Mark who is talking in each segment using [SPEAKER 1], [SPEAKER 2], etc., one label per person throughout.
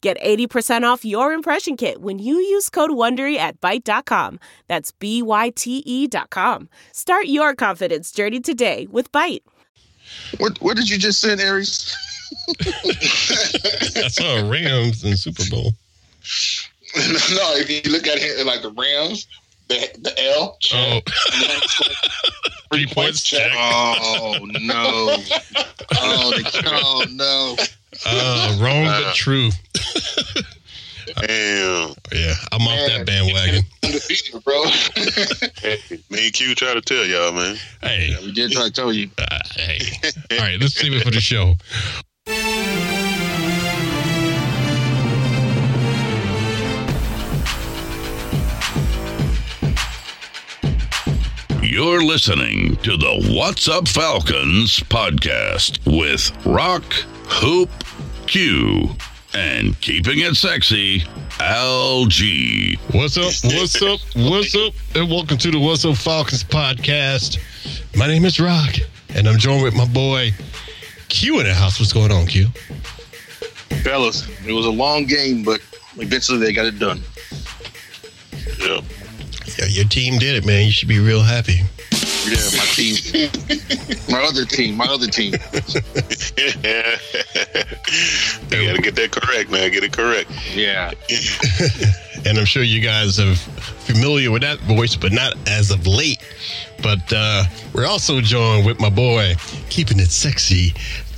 [SPEAKER 1] Get 80% off your impression kit when you use code WONDERY at Byte.com. That's B-Y-T-E E dot com. Start your confidence journey today with Byte.
[SPEAKER 2] What What did you just send, Aries?
[SPEAKER 3] I saw Uh, Rams in Super Bowl.
[SPEAKER 2] no, if you look at it like the Rams, the, the L,
[SPEAKER 3] Oh,
[SPEAKER 2] three
[SPEAKER 3] points, check.
[SPEAKER 2] Oh no! Oh, the, oh no!
[SPEAKER 3] uh, wrong but true.
[SPEAKER 4] Damn.
[SPEAKER 3] Yeah, I'm off that bandwagon.
[SPEAKER 2] Undefeated, bro.
[SPEAKER 4] Me and Q try to tell y'all, man.
[SPEAKER 3] Hey,
[SPEAKER 2] we did try to tell you.
[SPEAKER 3] uh, hey. All right, let's save it for the show.
[SPEAKER 5] You're listening to the What's Up Falcons podcast with Rock, Hoop, Q, and keeping it sexy, LG.
[SPEAKER 3] What's up? What's up? What's up? And welcome to the What's Up Falcons podcast. My name is Rock, and I'm joined with my boy Q in the house. What's going on, Q?
[SPEAKER 2] Fellas, it was a long game, but eventually they got it done.
[SPEAKER 4] Yep.
[SPEAKER 3] Yeah, your team did it, man. You should be real happy.
[SPEAKER 2] Yeah, my team. my other team. My other team.
[SPEAKER 4] you gotta get that correct, man. Get it correct.
[SPEAKER 2] Yeah.
[SPEAKER 3] and I'm sure you guys are familiar with that voice, but not as of late. But uh, we're also joined with my boy, keeping it sexy,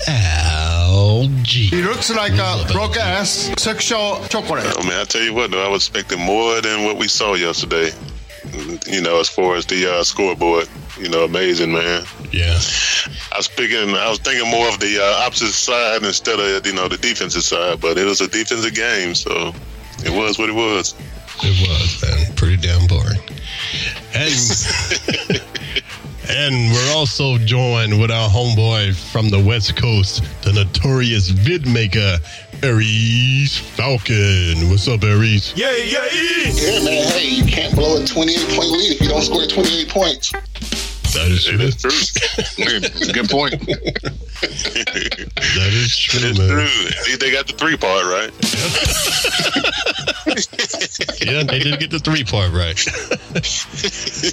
[SPEAKER 3] Al G.
[SPEAKER 6] He looks like a broke ass sexual chocolate.
[SPEAKER 4] I mean, I tell you what, though, I was expecting more than what we saw yesterday. You know, as far as the uh, scoreboard, you know, amazing, man.
[SPEAKER 3] Yeah,
[SPEAKER 4] I was thinking, I was thinking more of the uh, opposite side instead of you know the defensive side, but it was a defensive game, so it was what it was.
[SPEAKER 3] it was, man. Pretty damn boring. And, and we're also joined with our homeboy from the West Coast, the notorious vid maker, Aries Falcon. What's up, Aries?
[SPEAKER 2] Yeah, man. Hey, you can't blow a 28 point lead if you don't score 28 points.
[SPEAKER 3] That is true.
[SPEAKER 4] It is
[SPEAKER 3] That
[SPEAKER 4] true.
[SPEAKER 2] Good point.
[SPEAKER 3] is true,
[SPEAKER 4] It's
[SPEAKER 3] man.
[SPEAKER 4] true. They got the three part right.
[SPEAKER 3] Yeah, they did get the three part right.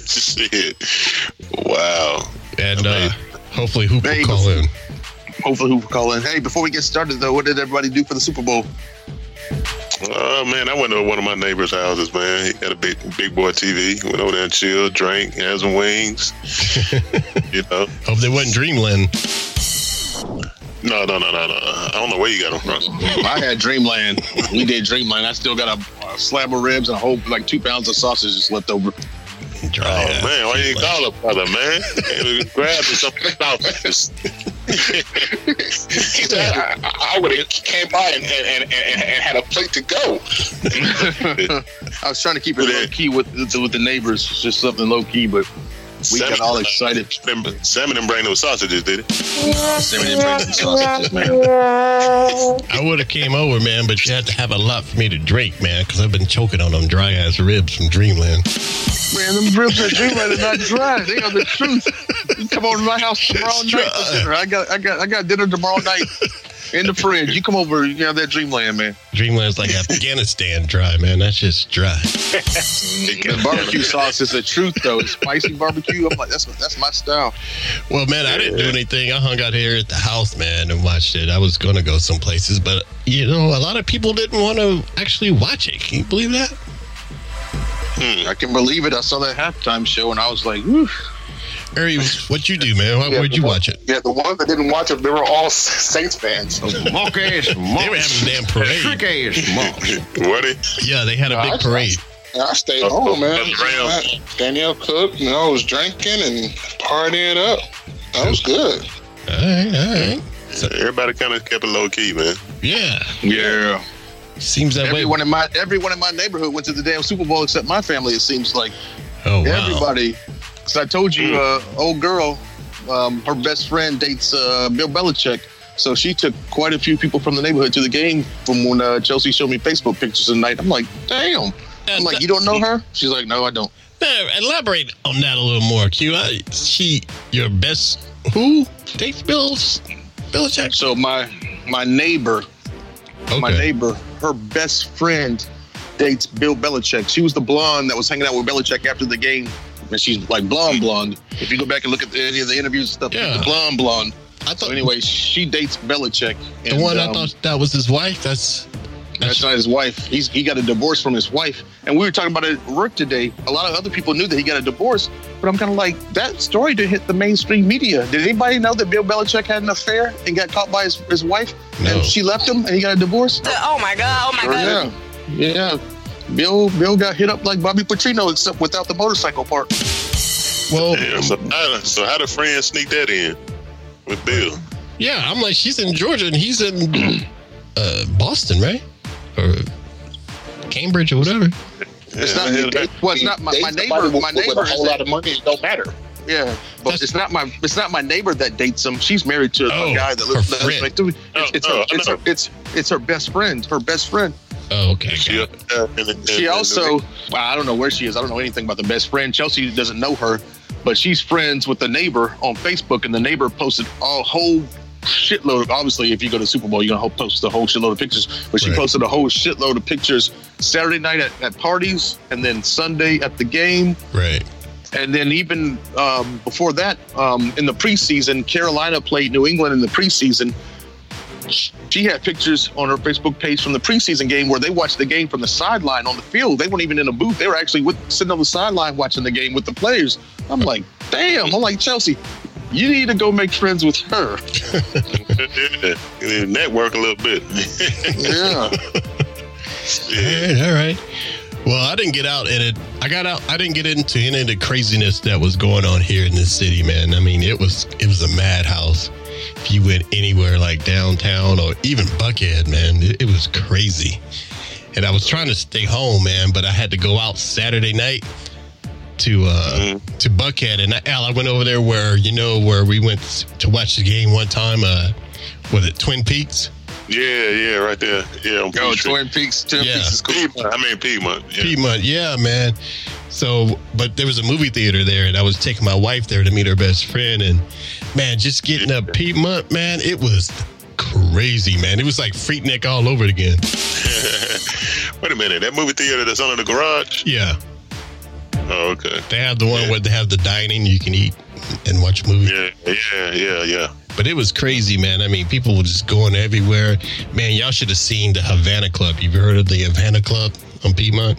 [SPEAKER 4] Shit. Wow.
[SPEAKER 3] And uh, hopefully Hoop will
[SPEAKER 2] Babe.
[SPEAKER 3] call in.
[SPEAKER 2] Hopefully, who will call in. Hey, before we get started, though, what did everybody do for the Super Bowl?
[SPEAKER 4] Oh man, I went to one of my neighbor's houses, man. He had a big big boy TV. Went over there and chilled, drank, had some wings. you know.
[SPEAKER 3] Hope they wasn't Dreamland.
[SPEAKER 4] No, no, no, no, no. I don't know where you got them from.
[SPEAKER 2] I had Dreamland. We did Dreamland. I still got a, a slab of ribs and a whole like two pounds of sausages left over.
[SPEAKER 3] Dry
[SPEAKER 4] Oh
[SPEAKER 3] ass.
[SPEAKER 4] man, why you ain't call a brother, man? Grab me some sausages.
[SPEAKER 2] He said, I, would have came by and, and, and, and, had a plate to go. I was trying to keep it low key with with the neighbors, just something low key, but we got all excited.
[SPEAKER 4] Them, salmon and brain those sausages, did it?
[SPEAKER 2] Sammy didn't bring some sausages, man.
[SPEAKER 3] I would have came over, man, but you had to have a lot for me to drink, man, because I've been choking on them dry ass ribs from Dreamland.
[SPEAKER 2] Man, them ribs at Dreamland are not dry. They are the truth. You come over to my house tomorrow
[SPEAKER 3] It's
[SPEAKER 2] night for
[SPEAKER 3] dry.
[SPEAKER 2] dinner. I got I got I got dinner tomorrow night in the fridge. You come over, you have that Dreamland, man.
[SPEAKER 3] Dreamland's like Afghanistan dry, man. That's just dry.
[SPEAKER 2] The barbecue sauce is the truth, though. It's spicy barbecue. I'm like, that's that's my style.
[SPEAKER 3] Well, man, I didn't do anything. I hung out here at the house, man, and watched it. I was going to go some places, but, you know, a lot of people didn't want to actually watch it. Can you believe that?
[SPEAKER 2] I can believe it. I saw that halftime show and I was like, Whew.
[SPEAKER 3] Ari, what you do, man? Why would you watch it?
[SPEAKER 7] Yeah, the ones that didn't watch it, they were all Saints fans.
[SPEAKER 6] Mock ass,
[SPEAKER 3] They were having a damn parade.
[SPEAKER 6] ass, mock.
[SPEAKER 4] What it?
[SPEAKER 3] Yeah, they had a big parade.
[SPEAKER 7] And I stayed home, man.
[SPEAKER 4] That's real.
[SPEAKER 7] Danielle cooked, and I was drinking and partying up. That was good.
[SPEAKER 3] All right, all right.
[SPEAKER 4] Everybody kind of kept it low key, man.
[SPEAKER 3] Yeah.
[SPEAKER 2] Yeah.
[SPEAKER 3] Seems that way.
[SPEAKER 2] everyone in my everyone in my neighborhood went to the damn Super Bowl except my family. It seems like
[SPEAKER 3] Oh, wow. Mm.
[SPEAKER 2] everybody. Because I told you, uh, old girl, um, her best friend dates uh, Bill Belichick, so she took quite a few people from the neighborhood to the game. From when uh, Chelsea showed me Facebook pictures tonight, I'm like, damn. I'm like, you don't know her? She's like, no, I don't.
[SPEAKER 3] Now, elaborate on that a little more, Q. I, she, your best who takes Bills? Belichick.
[SPEAKER 2] So my my neighbor,
[SPEAKER 3] Okay.
[SPEAKER 2] my neighbor, her best friend dates Bill Belichick. She was the blonde that was hanging out with Belichick after the game. And she's like blonde, blonde. If you go back and look at any of the interviews and stuff, she's
[SPEAKER 3] Yeah.
[SPEAKER 2] the blonde, blonde. So
[SPEAKER 3] I thought
[SPEAKER 2] anyway, she dates Belichick. um,
[SPEAKER 3] the one I thought that was his wife. That's
[SPEAKER 2] that's not his wife. He's he got a divorce from his wife, and we were talking about it at work today. A lot of other people knew that he got a divorce, but I'm kind of like that story didn't hit the mainstream media. Did anybody know that Bill Belichick had an affair and got caught by his, his wife,
[SPEAKER 3] No.
[SPEAKER 2] and she left him, and he got a divorce?
[SPEAKER 8] Oh my god! Oh my
[SPEAKER 2] Sure,
[SPEAKER 8] god!
[SPEAKER 2] yeah, yeah. Bill Bill got hit up like Bobby Petrino, except without the motorcycle part.
[SPEAKER 3] well,
[SPEAKER 4] Damn, so, how, so how the friend sneak that in with Bill?
[SPEAKER 3] yeah. I'm like, she's in Georgia and he's in uh, Boston, right? Or Cambridge or whatever.
[SPEAKER 2] It's
[SPEAKER 4] Yeah,
[SPEAKER 2] not
[SPEAKER 4] I heard
[SPEAKER 2] it,
[SPEAKER 4] about-
[SPEAKER 2] well, it's not my, my
[SPEAKER 7] Dates
[SPEAKER 2] neighbor.
[SPEAKER 7] somebody
[SPEAKER 2] My
[SPEAKER 7] with
[SPEAKER 2] neighbor
[SPEAKER 7] a
[SPEAKER 2] is
[SPEAKER 7] whole
[SPEAKER 2] that-
[SPEAKER 7] lot of money. It don't matter.
[SPEAKER 2] Yeah, but
[SPEAKER 3] That's-
[SPEAKER 2] it's not my it's not my neighbor that dates him. She's married to
[SPEAKER 3] Oh,
[SPEAKER 2] a guy that
[SPEAKER 3] her
[SPEAKER 2] lives, that lives
[SPEAKER 3] friend.
[SPEAKER 2] next to me.
[SPEAKER 4] Oh,
[SPEAKER 2] It's, it's,
[SPEAKER 4] oh,
[SPEAKER 2] her, it's,
[SPEAKER 4] no.
[SPEAKER 2] her, it's it's her best friend. Her best friend.
[SPEAKER 3] Oh, okay. got
[SPEAKER 4] She,
[SPEAKER 3] it.
[SPEAKER 4] uh, and- and-
[SPEAKER 2] She
[SPEAKER 4] and-
[SPEAKER 2] also well, I don't know where she is. I don't know anything about the best friend. Chelsea doesn't know her, but she's friends with the neighbor on Facebook, and the neighbor posted a whole shitload of obviously if you go to Super Bowl, you're gonna ho- post a whole shitload of pictures. But she
[SPEAKER 3] Right.
[SPEAKER 2] posted a whole shitload of pictures Saturday night at, at parties and then Sunday at the game.
[SPEAKER 3] Right.
[SPEAKER 2] And then even um, before that, um, in the preseason, Carolina played New England in the preseason. Sh- She had pictures on her Facebook page from the preseason game where they watched the game from the sideline on the field. They weren't even in a booth. They were actually with, sitting on the sideline watching the game with the players. I'm like, damn. I'm like, Chelsea, you need to go make friends with her.
[SPEAKER 4] Yeah, yeah, network a little bit.
[SPEAKER 2] Yeah.
[SPEAKER 3] All
[SPEAKER 4] Yeah.
[SPEAKER 3] right, all right. Well, I didn't get out in it. I got out. I didn't get into any of the craziness that was going on here in this city, man. I mean, it was it was a madhouse. If you went anywhere like downtown or even Buckhead, man, it, it was crazy. And I was trying to stay home, man, but I had to go out Saturday night to uh
[SPEAKER 4] mm,
[SPEAKER 3] to Buckhead. And I, Al, I went over there where you know where we went to watch the game one time. Uh, was it Twin Peaks?
[SPEAKER 4] yeah, yeah, right there. Yeah, on
[SPEAKER 2] Go,
[SPEAKER 4] Peachtree.
[SPEAKER 2] Twin Peaks. Twin
[SPEAKER 3] Yeah.
[SPEAKER 2] Peaks is cool.
[SPEAKER 4] Piedmont. I mean Piedmont. Yeah.
[SPEAKER 3] Piedmont, yeah, man. So, but there was a movie theater there, and I was taking my wife there to meet her best friend. And man, just getting up Piedmont, man, it was crazy, man. It was like Freaknik all over again.
[SPEAKER 4] Wait a minute, that movie theater that's under the garage.
[SPEAKER 3] Yeah,
[SPEAKER 4] Oh, okay.
[SPEAKER 3] they have the one where they have the dining you can eat and watch movies.
[SPEAKER 4] Yeah, yeah, yeah, yeah.
[SPEAKER 3] But it was crazy, man. I mean, people were just going everywhere. Man, y'all should have seen the Havana Club. You've heard of the Havana Club on Piedmont?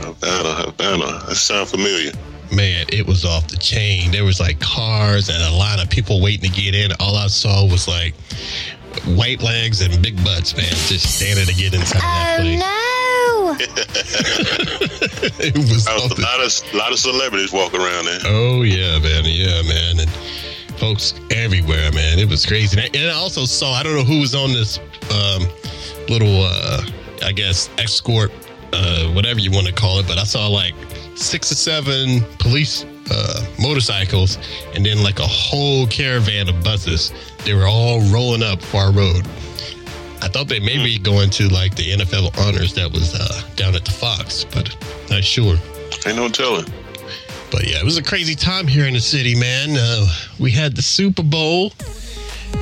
[SPEAKER 4] Havana, Havana. That sound familiar.
[SPEAKER 3] man, it was off the chain. There was like cars and a lot of people waiting to get in. All I saw was like white legs and big butts, man, just standing to get inside that place. it was
[SPEAKER 4] That was
[SPEAKER 3] off
[SPEAKER 4] a
[SPEAKER 3] the-
[SPEAKER 4] lot of lot of celebrities walking around there.
[SPEAKER 3] oh yeah, man, yeah, man, and folks everywhere, man. It was crazy, and I, and I also saw I don't know who was on this um, little, uh, I guess, escort, uh, whatever you want to call it, but I saw like six or seven police. Uh, motorcycles and then like a whole caravan of buses they were all rolling up far road i thought they may be going to like the nfl honors that was uh, down at the fox but not sure
[SPEAKER 4] Ain't no telling.
[SPEAKER 3] but yeah, it was a crazy time here in the city, man. Uh, we had the Super Bowl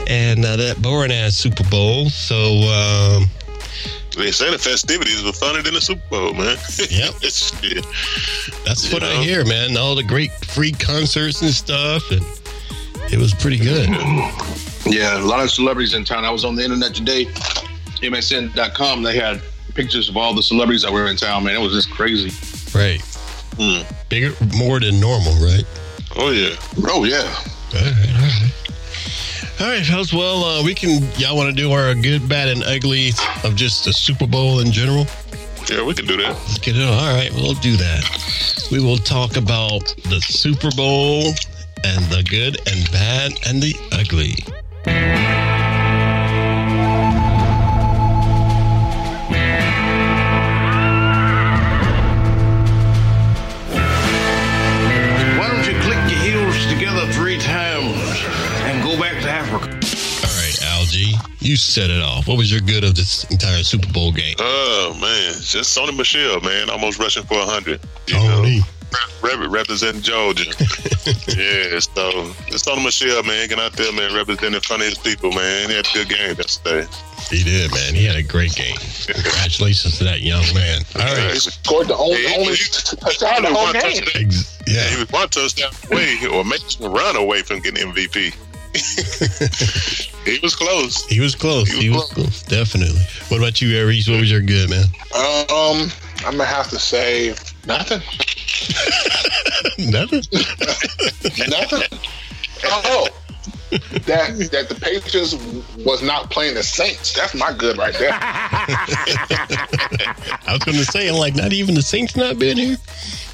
[SPEAKER 3] and uh, that boring ass Super Bowl. So, um,
[SPEAKER 4] They say the festivities were funner than the Super Bowl, man.
[SPEAKER 3] Yep.
[SPEAKER 4] It's- yeah.
[SPEAKER 3] that's what I
[SPEAKER 4] Yeah.
[SPEAKER 3] hear, man. All the great free concerts and stuff. And it was pretty good.
[SPEAKER 2] Yeah, a lot of celebrities in town. I was on the internet today, MSN.com. They had pictures of all the celebrities that were in town, man. It was just crazy.
[SPEAKER 3] Right. Bigger, more than normal, right?
[SPEAKER 4] Oh yeah.
[SPEAKER 2] Oh, yeah.
[SPEAKER 3] All right, all right. All right, folks. Well, uh, we can, y'all want to do our good, bad, and ugly of just the Super Bowl in general?
[SPEAKER 4] Yeah, we can do that.
[SPEAKER 3] Let's get it on. All right, we'll do that. We will talk about the Super Bowl and the good and bad and the ugly. You set it off. What was your good of this entire Super Bowl game?
[SPEAKER 4] Oh man, just Sony Michelle, man, almost rushing for hundred. You
[SPEAKER 3] Tony.
[SPEAKER 4] know, Rep- rep- representing Georgia. yeah, so just Sony Michelle, man, getting out there, man, representing the funniest people, man. He had a good game yesterday.
[SPEAKER 3] He did, man. He had a great game. Congratulations to that young man. All right.
[SPEAKER 7] Scored the only,
[SPEAKER 4] Yeah,
[SPEAKER 7] only
[SPEAKER 4] he-
[SPEAKER 7] touchdown the
[SPEAKER 4] only
[SPEAKER 7] whole
[SPEAKER 4] one
[SPEAKER 7] game.
[SPEAKER 4] touchdown.
[SPEAKER 3] Ex-
[SPEAKER 4] He
[SPEAKER 3] yeah.
[SPEAKER 4] was one touchdown away, or making a run away from getting MVP. he was close.
[SPEAKER 3] He was close. He was close. Definitely. What about you, Aries? What was your good, man?
[SPEAKER 7] Um, I'm gonna have to say nothing.
[SPEAKER 3] Nothing.
[SPEAKER 7] Nothing. oh, that that the Patriots was not playing the Saints. That's my good right there.
[SPEAKER 3] I was going to say, I'm like, not even the Saints not being here.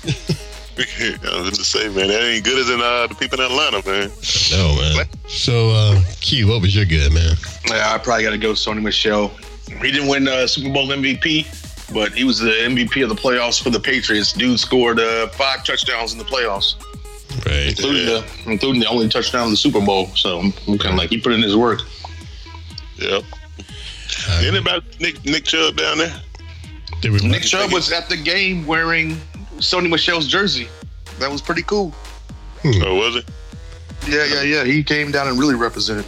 [SPEAKER 4] I was going to say, man, that ain't good as in uh, the people in Atlanta, man.
[SPEAKER 3] No, man. So, uh, Q, what was your good, man?
[SPEAKER 2] Yeah, I probably got to go Sony Michelle. He didn't win uh, Super Bowl MVP, but he was the MVP of the playoffs for the Patriots. Dude scored uh, five touchdowns in the playoffs,
[SPEAKER 3] Right.
[SPEAKER 2] including the including the only touchdown in the Super Bowl. So I'm kind of like he put in his work.
[SPEAKER 4] Yep. Anybody Nick Nick Chubb down there?
[SPEAKER 3] Did Um, we
[SPEAKER 2] Nick Chubb was at the game wearing Sony Michelle's jersey. That was pretty cool.
[SPEAKER 4] Or was it?
[SPEAKER 2] Yeah, yeah, yeah. He came down and really represented.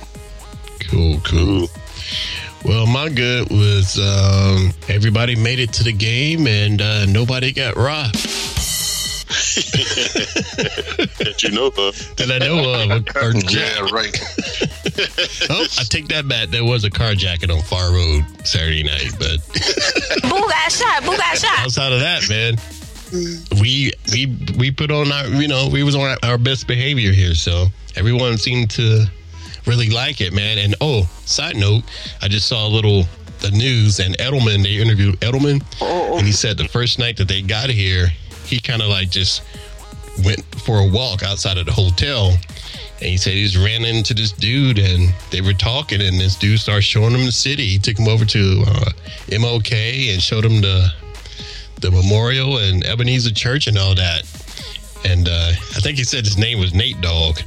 [SPEAKER 3] Cool, cool. Well, my good was um, everybody made it to the game and uh, nobody got robbed
[SPEAKER 4] That you know of.
[SPEAKER 3] that I know of. Or, or
[SPEAKER 2] Yeah, right.
[SPEAKER 3] oh, I take that back. There was a carjacking on Far Road Saturday night, but
[SPEAKER 8] Boo got shot. Boo got shot.
[SPEAKER 3] outside of that, man, we we we put on our you know we was on our, our best behavior here, so everyone seemed to really like it, man. And oh, side note, I just saw a little the news and Edelman. They interviewed Edelman,
[SPEAKER 8] Oh,
[SPEAKER 3] and he said the first night that they got here, he kind of like just went for a walk outside of the hotel. And he said he just ran into this dude and they were talking and this dude started showing him the city. He took him over to uh, MLK and showed him the the memorial and Ebenezer Church and all that. And uh, I think he said his name was Nate Dogg.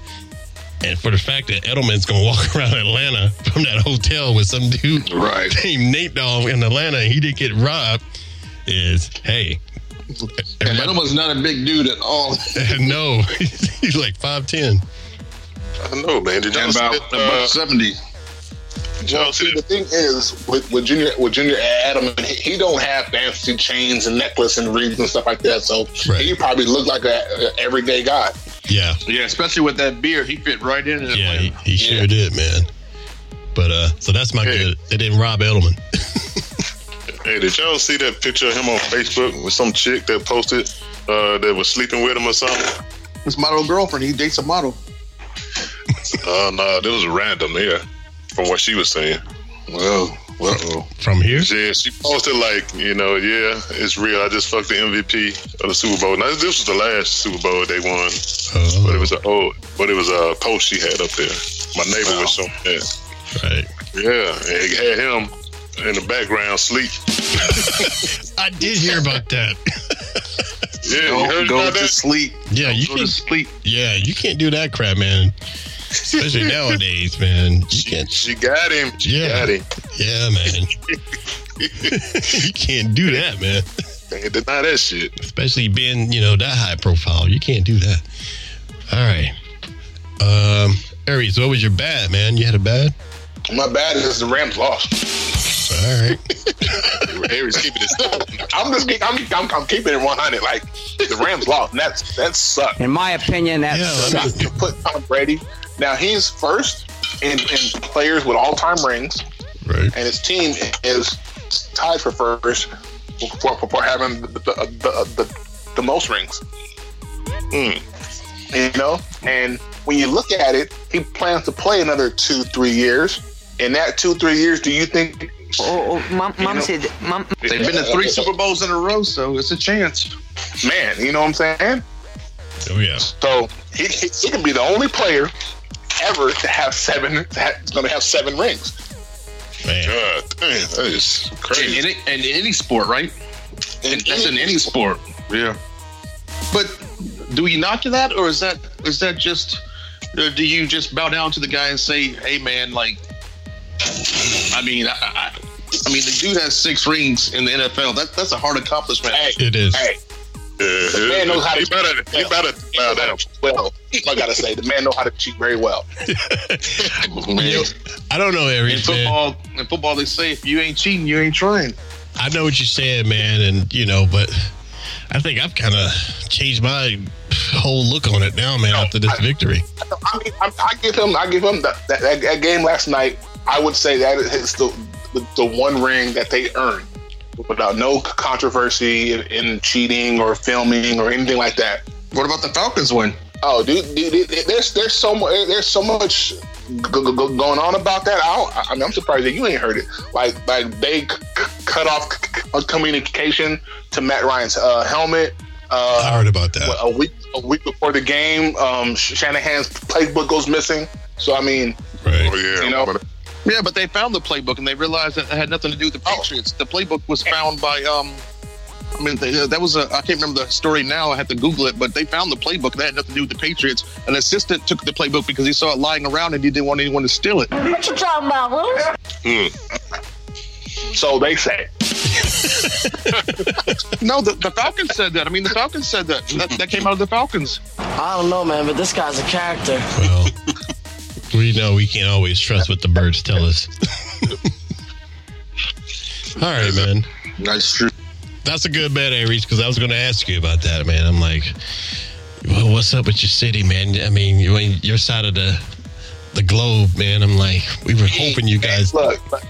[SPEAKER 3] And for the fact that Edelman's gonna walk around Atlanta from that hotel with some dude
[SPEAKER 2] Right.
[SPEAKER 3] named Nate Dogg in Atlanta, and he didn't get robbed. Is hey,
[SPEAKER 2] And Edelman's not a big dude at all.
[SPEAKER 3] no, he's like five ten.
[SPEAKER 4] I don't know, man. Did y'all
[SPEAKER 2] And
[SPEAKER 4] see
[SPEAKER 2] about,
[SPEAKER 4] that,
[SPEAKER 2] about
[SPEAKER 4] uh,
[SPEAKER 2] seventy.
[SPEAKER 4] did y'all see
[SPEAKER 7] See, the
[SPEAKER 4] that-
[SPEAKER 7] thing is with, with Junior with Junior Adam, he, he don't have fancy chains and necklace and rings and stuff like that. So
[SPEAKER 3] Right.
[SPEAKER 7] he probably looked like a, a everyday guy.
[SPEAKER 3] Yeah,
[SPEAKER 2] Yeah, especially with that beer, he fit right in. in
[SPEAKER 3] yeah, he,
[SPEAKER 2] Atlanta.
[SPEAKER 3] he sure did, man. But uh, so that's my
[SPEAKER 4] Hey.
[SPEAKER 3] good. They didn't rob Edelman.
[SPEAKER 4] Hey, did y'all see that picture of him on Facebook with some chick that posted uh, that was sleeping with him or something?
[SPEAKER 2] His model girlfriend, he dates a model.
[SPEAKER 4] Oh no, that was random. Yeah, from what she was saying.
[SPEAKER 2] Well, well,
[SPEAKER 3] From here,
[SPEAKER 4] Yeah, she posted like, you know, yeah, it's real. I just fucked the MVP of the Super Bowl. Now this was the last Super Bowl they won, but it
[SPEAKER 3] oh,
[SPEAKER 4] was a oh, but it was a post she had up there. My neighbor was showing that.
[SPEAKER 3] right.
[SPEAKER 4] Yeah, and it had him in the background sleep.
[SPEAKER 3] I did hear about that.
[SPEAKER 4] Yeah, you
[SPEAKER 2] go,
[SPEAKER 4] heard
[SPEAKER 2] go
[SPEAKER 4] about
[SPEAKER 2] to
[SPEAKER 4] that?
[SPEAKER 2] sleep.
[SPEAKER 3] Yeah, you
[SPEAKER 2] Go to
[SPEAKER 3] can
[SPEAKER 2] sleep.
[SPEAKER 3] Yeah, you can't do that crap, man. Especially nowadays, man. You can't.
[SPEAKER 4] She got him. She
[SPEAKER 3] Yeah.
[SPEAKER 4] got him.
[SPEAKER 3] Yeah, man. you can't do that, man.
[SPEAKER 4] Can't deny that shit.
[SPEAKER 3] Especially being, you know, that high profile. You can't do that. All right. Um, Aries, what was your bad, man? You had a bad?
[SPEAKER 7] My bad is the Rams lost.
[SPEAKER 3] All right.
[SPEAKER 4] Harry's keeping it simple.
[SPEAKER 7] I'm just keep- I'm, I'm, I'm keeping it 100. Like the Rams lost. And that's that sucked.
[SPEAKER 9] In my opinion, that
[SPEAKER 3] Yeah,
[SPEAKER 9] sucks.
[SPEAKER 3] I mean,
[SPEAKER 7] To put Tom Brady now he's first in, in players with all time rings,
[SPEAKER 3] right.
[SPEAKER 7] and his team is tied for first for, for, for having the, the, the, the, the most rings. You know, and when you look at it, he plans to play another two, three years. In that two, three years, do you think
[SPEAKER 8] Oh, oh mom, mom said, mom,
[SPEAKER 2] They've been to three Super Bowls in a row, so it's a chance.
[SPEAKER 7] man? You know what I'm saying?
[SPEAKER 3] Oh, yeah.
[SPEAKER 7] So he, he, he can be the only player ever to have seven. That's going to have seven rings.
[SPEAKER 3] Man.
[SPEAKER 4] God damn, that is
[SPEAKER 2] In,
[SPEAKER 4] crazy.
[SPEAKER 2] any, in any sport, right?
[SPEAKER 7] In
[SPEAKER 2] That's in any sport. Yeah. But do we knock to that, or is that is that just? Or do you just bow down to the guy and say, "Hey, man, like I mean, I, I, I mean, the dude has six rings in the NFL. That, that's a hard accomplishment.
[SPEAKER 3] It is.
[SPEAKER 7] Hey, the man knows how to. He better. He better. Well, I gotta say, the man know how to cheat very well.
[SPEAKER 3] You- I don't know
[SPEAKER 2] in
[SPEAKER 3] everything.
[SPEAKER 2] football, in football, they say if you ain't cheating, you ain't trying.
[SPEAKER 3] I know what you're saying, man, and you know, but I think I've kind of changed my whole look on it now, man. after this victory,
[SPEAKER 7] I mean, I, I give him. I give him that, that, that, that game last night. I would say that is the the, the one ring that they earned without no controversy in, in cheating or filming or anything like that.
[SPEAKER 2] What about the Falcons win?
[SPEAKER 7] Oh, dude, dude it- it- there's there's so much there's so much g- g- g- going on about that. I, don't- I mean, I'm surprised that you ain't heard it. Like like they c- c- cut off c- c- communication to Matt Ryan's uh, helmet. Uh,
[SPEAKER 3] I heard about that.
[SPEAKER 7] what, a week a week before the game, um, Sh- Shanahan's playbook goes missing. So I mean,
[SPEAKER 3] right?
[SPEAKER 4] Oh, yeah,
[SPEAKER 7] you know,
[SPEAKER 2] Yeah, but they found the playbook and they realized that it had nothing to do with the Patriots. The playbook was found by um. I mean, they, that was a. I can't remember the story now. I had to Google it, but they found the playbook that had nothing to do with the Patriots. An assistant took the playbook because he saw it lying around and he didn't want anyone to steal it.
[SPEAKER 9] What you talking about, Willis?
[SPEAKER 7] so they say.
[SPEAKER 2] No, the, the Falcons said that. I mean, the Falcons said that. That, that came out of the Falcons.
[SPEAKER 10] I don't know, man, but this guy's a character.
[SPEAKER 3] Well, we know we can't always trust what the birds tell us. All right, man.
[SPEAKER 2] That's true.
[SPEAKER 3] That's a good bet, Aries, because I was going to ask you about that, man. I'm like, well, what's up with your city, man? I mean, you ain't your side of the the globe, man. I'm like, we were hoping you guys.
[SPEAKER 7] Look, look,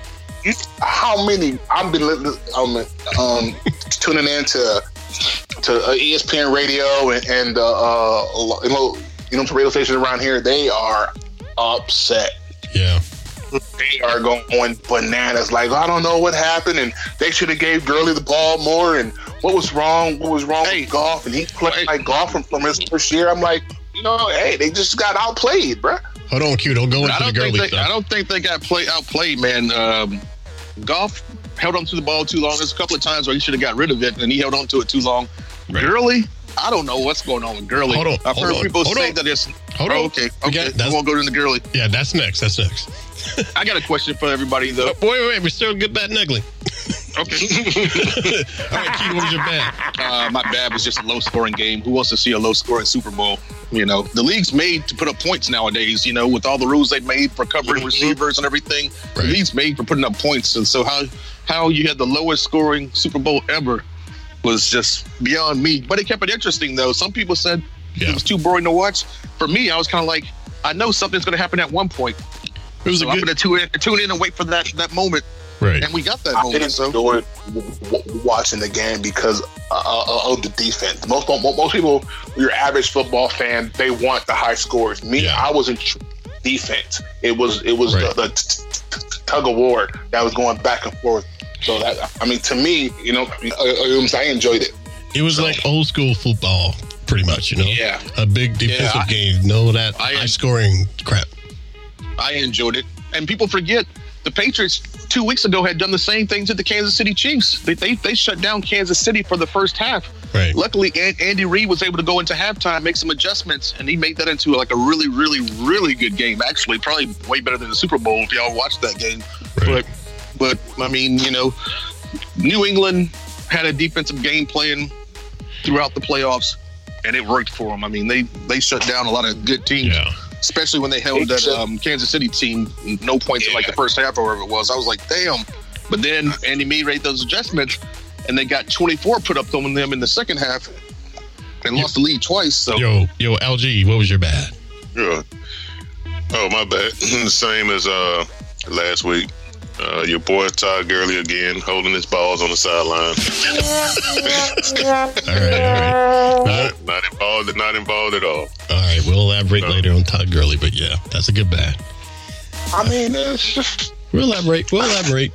[SPEAKER 7] you, how many I've been li- um, um, tuning in to to uh, ESPN radio and, and uh, uh, a lo- you know you know some radio stations around here. They are upset.
[SPEAKER 3] Yeah.
[SPEAKER 7] They are going bananas. Like I don't know what happened, and they should have gave Gurley the ball more. And what was wrong? What was wrong with golf? And he played like golf from, from his first year. I'm like, you know, hey, they just got outplayed, bruh.
[SPEAKER 3] Hold on, Q. Don't
[SPEAKER 2] I
[SPEAKER 3] go into the
[SPEAKER 2] don't think
[SPEAKER 3] girly
[SPEAKER 2] they. I
[SPEAKER 3] stuff.
[SPEAKER 2] don't think they got play outplayed, man. Um, golf held on to the ball too long. There's a couple of times where he should have got rid of it, and he held on to it too long.
[SPEAKER 3] Right.
[SPEAKER 2] Girly, I don't know what's going on with Gurley.
[SPEAKER 3] Hold on,
[SPEAKER 2] I've
[SPEAKER 3] hold
[SPEAKER 2] heard
[SPEAKER 3] on,
[SPEAKER 2] people
[SPEAKER 3] hold
[SPEAKER 2] say
[SPEAKER 3] on.
[SPEAKER 2] that it's.
[SPEAKER 3] Hold on.
[SPEAKER 2] Oh, okay,
[SPEAKER 3] We
[SPEAKER 2] okay.
[SPEAKER 3] got-
[SPEAKER 2] I
[SPEAKER 3] that's-
[SPEAKER 2] won't go to the Gurley.
[SPEAKER 3] Yeah, that's next. That's next.
[SPEAKER 2] I got a question for everybody though.
[SPEAKER 3] Wait, wait, wait. We're still good, bad, and ugly. Oh,
[SPEAKER 2] Okay,
[SPEAKER 3] All right, Q, what was your bet?
[SPEAKER 2] uh, my bad was just a low scoring game. Who wants to see a low scoring Super Bowl? You know, the league's made to put up points nowadays. You know, with all the rules they've made for covering receivers and everything,
[SPEAKER 3] Mm-hmm. Right.
[SPEAKER 2] the league's made for putting up points. And so how how you had the lowest scoring Super Bowl ever was just beyond me. But it kept it interesting though. Some people said
[SPEAKER 3] Yeah.
[SPEAKER 2] it was too boring to watch. For me, I was kind of like, I know something's going to happen at one point.
[SPEAKER 3] It was a
[SPEAKER 2] So I'm
[SPEAKER 3] good.
[SPEAKER 2] going to tune in, tune in and wait for that that moment.
[SPEAKER 3] Right.
[SPEAKER 2] And we got that
[SPEAKER 7] I
[SPEAKER 2] moment.
[SPEAKER 7] didn't
[SPEAKER 2] So
[SPEAKER 7] enjoy w- w- watching the game because uh, uh, of the defense. Most mo- most people, your average football fan, they want the high scores. Me,
[SPEAKER 3] Yeah.
[SPEAKER 7] I was in tr- defense. It was it was
[SPEAKER 3] Right.
[SPEAKER 7] the, the t- t- tug of war that was going back and forth. So that I mean, to me, you know, I, I enjoyed it.
[SPEAKER 3] It was like old school football, pretty much. You know.
[SPEAKER 2] Yeah.
[SPEAKER 3] A big defensive
[SPEAKER 2] Yeah, I-
[SPEAKER 3] game. No, that
[SPEAKER 2] I-
[SPEAKER 3] high scoring crap.
[SPEAKER 2] I enjoyed it. And people forget the Patriots two weeks ago had done the same thing to the Kansas City Chiefs. They they, they shut down Kansas City for the first half.
[SPEAKER 3] Right.
[SPEAKER 2] Luckily, An- Andy Reid was able to go into halftime, make some adjustments, and he made that into like a really, really, really good game. Actually, probably way better than the Super Bowl if y'all watched that game.
[SPEAKER 3] Right.
[SPEAKER 2] But but I mean, you know, New England had a defensive game plan throughout the playoffs, and it worked for them. I mean, they they shut down a lot of good teams
[SPEAKER 3] Yeah.
[SPEAKER 2] especially when they held that um, Kansas City team no points in like the first half or whatever it was. I was like, damn. But then Andy Mead made those adjustments, and they got 24 put up on them in the second half, and lost the lead twice. So
[SPEAKER 3] Yo, yo, LG, what was your bet?
[SPEAKER 4] yeah. Oh, my bad. Same as uh last week. Uh, your boy Todd Gurley again holding his balls on the sideline.
[SPEAKER 3] All right, all right. Well,
[SPEAKER 4] Not, not involved. Not involved at all.
[SPEAKER 3] all right, we'll elaborate later on Todd Gurley, but yeah, that's a good bet.
[SPEAKER 7] I mean, it's just,
[SPEAKER 3] We'll elaborate. We'll elaborate.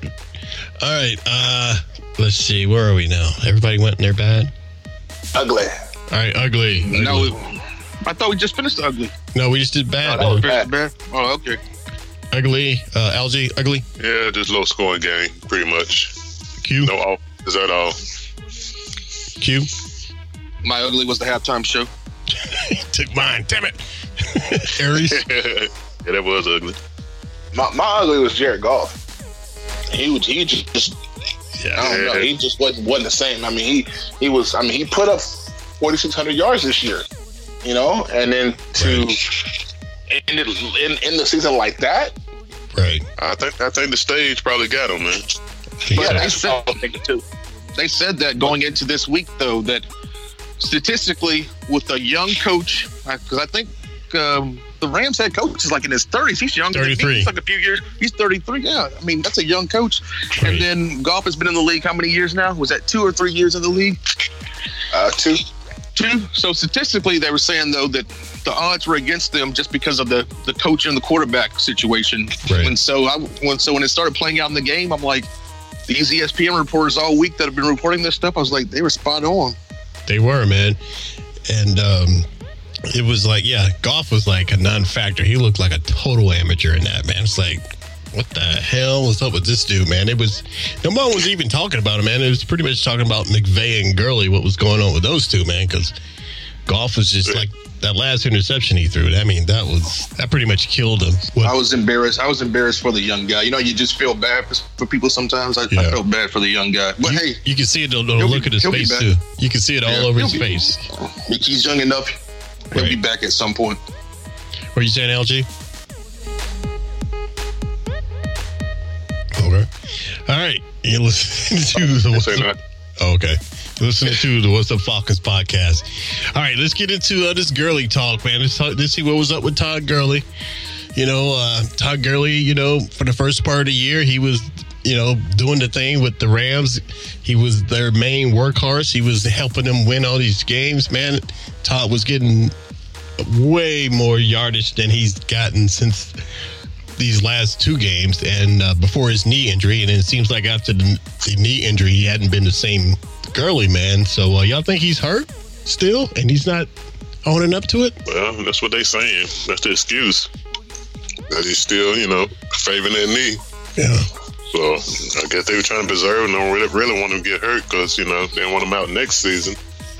[SPEAKER 3] All right. Uh, let's see. Where are we now? Everybody went in their bad.
[SPEAKER 7] ugly.
[SPEAKER 3] All right, ugly. ugly.
[SPEAKER 2] no, it- I thought we just finished the ugly.
[SPEAKER 3] no, we just did bad.
[SPEAKER 7] Oh, that was
[SPEAKER 3] man.
[SPEAKER 7] bad.
[SPEAKER 2] Man. Oh, okay.
[SPEAKER 3] Ugly, uh, LG, ugly.
[SPEAKER 4] Yeah, just low scoring game, pretty much.
[SPEAKER 3] Q,
[SPEAKER 4] No offense at all.
[SPEAKER 3] Q.
[SPEAKER 2] My ugly was the halftime show.
[SPEAKER 3] Took mine. Damn it. Aries.
[SPEAKER 4] yeah, that was ugly.
[SPEAKER 7] My, my ugly was Jared Goff. he was he just I don't know
[SPEAKER 4] Yeah.
[SPEAKER 7] he just wasn't wasn't the same. I mean he he was I mean he put up forty six hundred yards this year, you know, and then to end it in, in the season like that.
[SPEAKER 3] Right.
[SPEAKER 4] I think I think the stage probably got him, man.
[SPEAKER 2] But they said, they said that going into this week, though, that statistically, with a young coach, because I think um, the Rams head coach is like in his 30s. He's young.
[SPEAKER 3] 33.
[SPEAKER 2] He's like a few years. He's 33. Yeah. I mean, that's a young coach. And then golf has been in the league how many years now? Was that two or three years in the league?
[SPEAKER 7] Uh, two.
[SPEAKER 2] Two. So statistically, they were saying, though, that the odds were against them just because of the, the coach and the quarterback situation.
[SPEAKER 3] Right.
[SPEAKER 2] And so I when so when it started playing out in the game, I'm like, these E ESPN reporters all week that have been reporting this stuff, I was like, they were spot on.
[SPEAKER 3] They were, man. And um, it was like, yeah, golf was like a non factor. He looked like a total amateur in that, man. It's like, what the hell was up with this dude, man? It was, no one was even talking about him, man. It was pretty much talking about McVay and Gurley, what was going on with those two, man, because golf was just like that last interception he threw. I mean, that was, that pretty much killed him. What-
[SPEAKER 2] I was embarrassed. I was embarrassed for the young guy. You know, you just feel bad for, for people sometimes. I,
[SPEAKER 3] Yeah.
[SPEAKER 2] I felt bad for the young guy. But hey,
[SPEAKER 3] you can see it on the
[SPEAKER 2] He'll
[SPEAKER 3] look
[SPEAKER 2] be-
[SPEAKER 3] at his
[SPEAKER 2] he'll be
[SPEAKER 3] face,
[SPEAKER 2] back.
[SPEAKER 3] too. You can see it all
[SPEAKER 2] Yeah,
[SPEAKER 3] over his
[SPEAKER 2] he'll be-
[SPEAKER 3] face.
[SPEAKER 2] he's young enough. He'll be
[SPEAKER 3] Right.
[SPEAKER 2] back at some point.
[SPEAKER 3] What are you saying, LG? Okay. All right. You're listening to the What's
[SPEAKER 4] Say
[SPEAKER 3] Up.
[SPEAKER 4] not.
[SPEAKER 3] Oh, okay. You're listening to the What's Up Falcons podcast. All right. Let's get into uh, this girly talk, man. Let's, talk, let's see what was up with Todd Gurley. You know, uh, Todd Gurley, you know, for the first part of the year, he was, you know, doing the thing with the Rams. He was their main workhorse. He was helping them win all these games, man. Todd was getting way more yardage than he's gotten since these last two games and uh, before his knee injury. And it seems like after the, the knee injury, he hadn't been the same girly man. So uh, y'all think he's hurt still and he's not owning up to it?
[SPEAKER 4] Well, that's what they saying. That's the excuse. That he's still, you know, favoring that knee.
[SPEAKER 3] Yeah.
[SPEAKER 4] So I guess they were trying to preserve and don't really, really want him to get hurt because you know they want him out next season.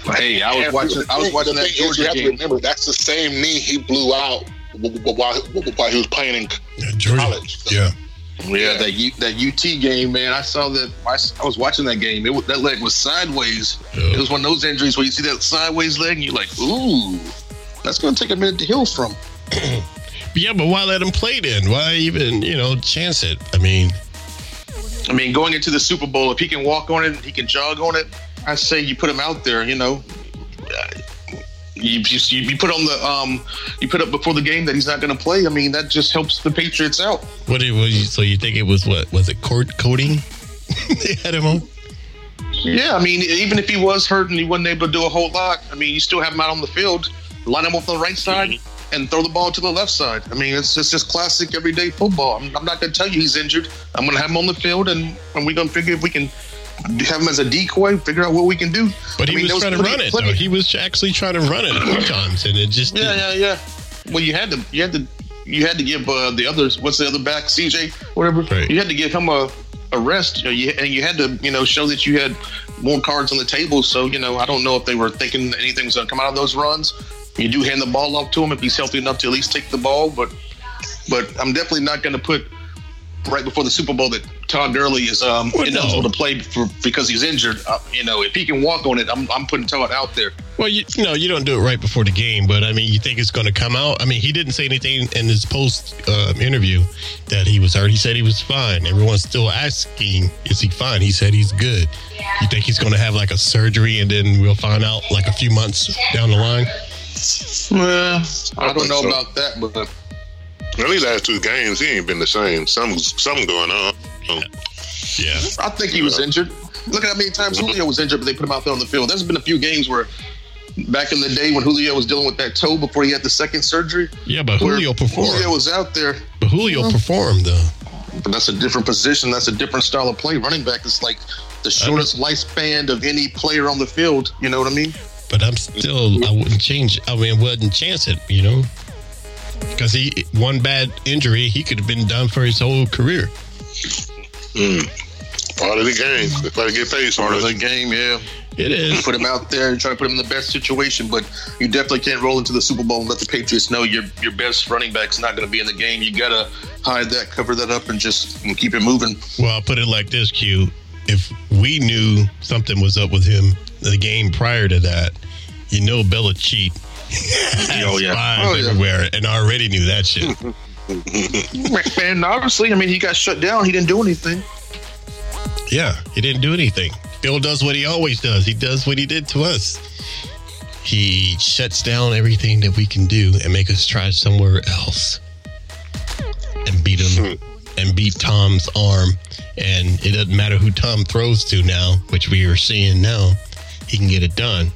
[SPEAKER 2] Hey, I was watching. I was watching
[SPEAKER 7] The
[SPEAKER 2] that
[SPEAKER 7] thing is, you
[SPEAKER 2] Georgia
[SPEAKER 7] have to
[SPEAKER 2] game.
[SPEAKER 7] remember that's the same knee he blew out w- w- while while he was playing in
[SPEAKER 3] Georgia.
[SPEAKER 7] college.
[SPEAKER 3] Yeah.
[SPEAKER 2] Yeah, that U, that UT game, man. I saw that. I, s- I was watching that game. It, wa- that leg was sideways. It was one of those injuries where you see that sideways leg and you're like, ooh, that's going to take a minute to heal from.
[SPEAKER 3] Yeah, but why let him play then? Why even, you know, chance it? I mean,
[SPEAKER 2] I mean, going into the Super Bowl, if he can walk on it, he can jog on it. I say you put him out there. You know, Uh, you you, you put on the um, you put up before the game that he's not going to play. I mean, that just helps the Patriots out.
[SPEAKER 3] what it was, so you think it was what? Was it court coding? they had him on?
[SPEAKER 2] Yeah, I mean, even if he was hurt and he wasn't able to do a whole lot, I mean, you still have him out on the field, line him up on the right side,
[SPEAKER 3] Mhm.
[SPEAKER 2] and throw the ball to the left side. I mean, it's, it's just classic everyday football. I'm, I'm not going to tell you he's injured. I'm going to have him on the field, and, and we're going to figure if we can have him as a decoy, figure out what we can do.
[SPEAKER 3] But
[SPEAKER 2] I
[SPEAKER 3] he
[SPEAKER 2] mean, there
[SPEAKER 3] was trying to
[SPEAKER 2] plenty-
[SPEAKER 3] run it.
[SPEAKER 2] plenty-
[SPEAKER 3] Though. He was actually trying to run it a few times, and it just
[SPEAKER 2] yeah,
[SPEAKER 3] didn't.
[SPEAKER 2] yeah, yeah. Well, you had to, you had to, you had to give uh, the others. What's the other back? CJ, whatever.
[SPEAKER 3] Right.
[SPEAKER 2] You had to give him a, a rest, you know, you, and you had to, you know, show that you had more cards on the table. So, you know, I don't know if they were thinking that anything was going to come out of those runs. You do hand the ball off to him if he's healthy enough to at least take the ball, but, but I'm definitely not going to put right before the Super Bowl that Todd Gurley is um,
[SPEAKER 3] Well,
[SPEAKER 2] ineligible
[SPEAKER 3] no.
[SPEAKER 2] to play for, because he's injured. Uh, you know, if he can walk on it, I'm, I'm putting Todd out there.
[SPEAKER 3] Well, you, you know, you don't do it right before the game, but I mean, you think it's going to come out. I mean, he didn't say anything in his post uh, interview that he was hurt. He said he was fine. Everyone's still asking, is he fine? He said he's good. You think he's going to have like a surgery, and then we'll find out like a few months down the line.
[SPEAKER 2] Well, I don't
[SPEAKER 4] think
[SPEAKER 2] know
[SPEAKER 4] so.
[SPEAKER 2] about that, but.
[SPEAKER 4] At least last two games, he ain't been the same. Some something going on.
[SPEAKER 3] Yeah,
[SPEAKER 2] I think he was injured. Look at how many times Julio was injured, but they put him out there on the field. There's been a few games where, back in the day when Julio was dealing with that toe before he had the second surgery,
[SPEAKER 3] yeah, but
[SPEAKER 2] where
[SPEAKER 3] Julio performed.
[SPEAKER 2] Julio was out there,
[SPEAKER 3] but Julio performed though.
[SPEAKER 2] but that's a different position. That's a different style of play. Running back is like the shortest lifespan of any player on the field. You know what I mean?
[SPEAKER 3] but I'm still I wouldn't change. I mean, wouldn't chance it, you know, because he one bad injury he could have been done for his whole career.
[SPEAKER 4] Mm. Part of the game. They play to get paid. So
[SPEAKER 2] Part of
[SPEAKER 4] much.
[SPEAKER 2] the game, yeah.
[SPEAKER 3] It is.
[SPEAKER 2] Put him out there and try to put him in the best situation, but you definitely can't roll into the Super Bowl and let the Patriots know your your best running back's not going to be in the game. You gotta hide that, cover that up, and just keep it moving.
[SPEAKER 3] Well, I'll put it like this, Q. If we knew something was up with him the game prior to that, you know Belichick has
[SPEAKER 2] Oh, yeah.
[SPEAKER 3] spies
[SPEAKER 2] Oh, yeah.
[SPEAKER 3] everywhere and already knew that shit.
[SPEAKER 2] Man, honestly, I mean, he got shut down. He didn't do anything.
[SPEAKER 3] yeah, he didn't do anything. Bill does what he always does. He does what he did to us. He shuts down everything that we can do and make us try somewhere else and beat him
[SPEAKER 2] Hmm.
[SPEAKER 3] and beat Tom's arm. And it doesn't matter who Tom throws to now, which we are seeing now, he can get it done.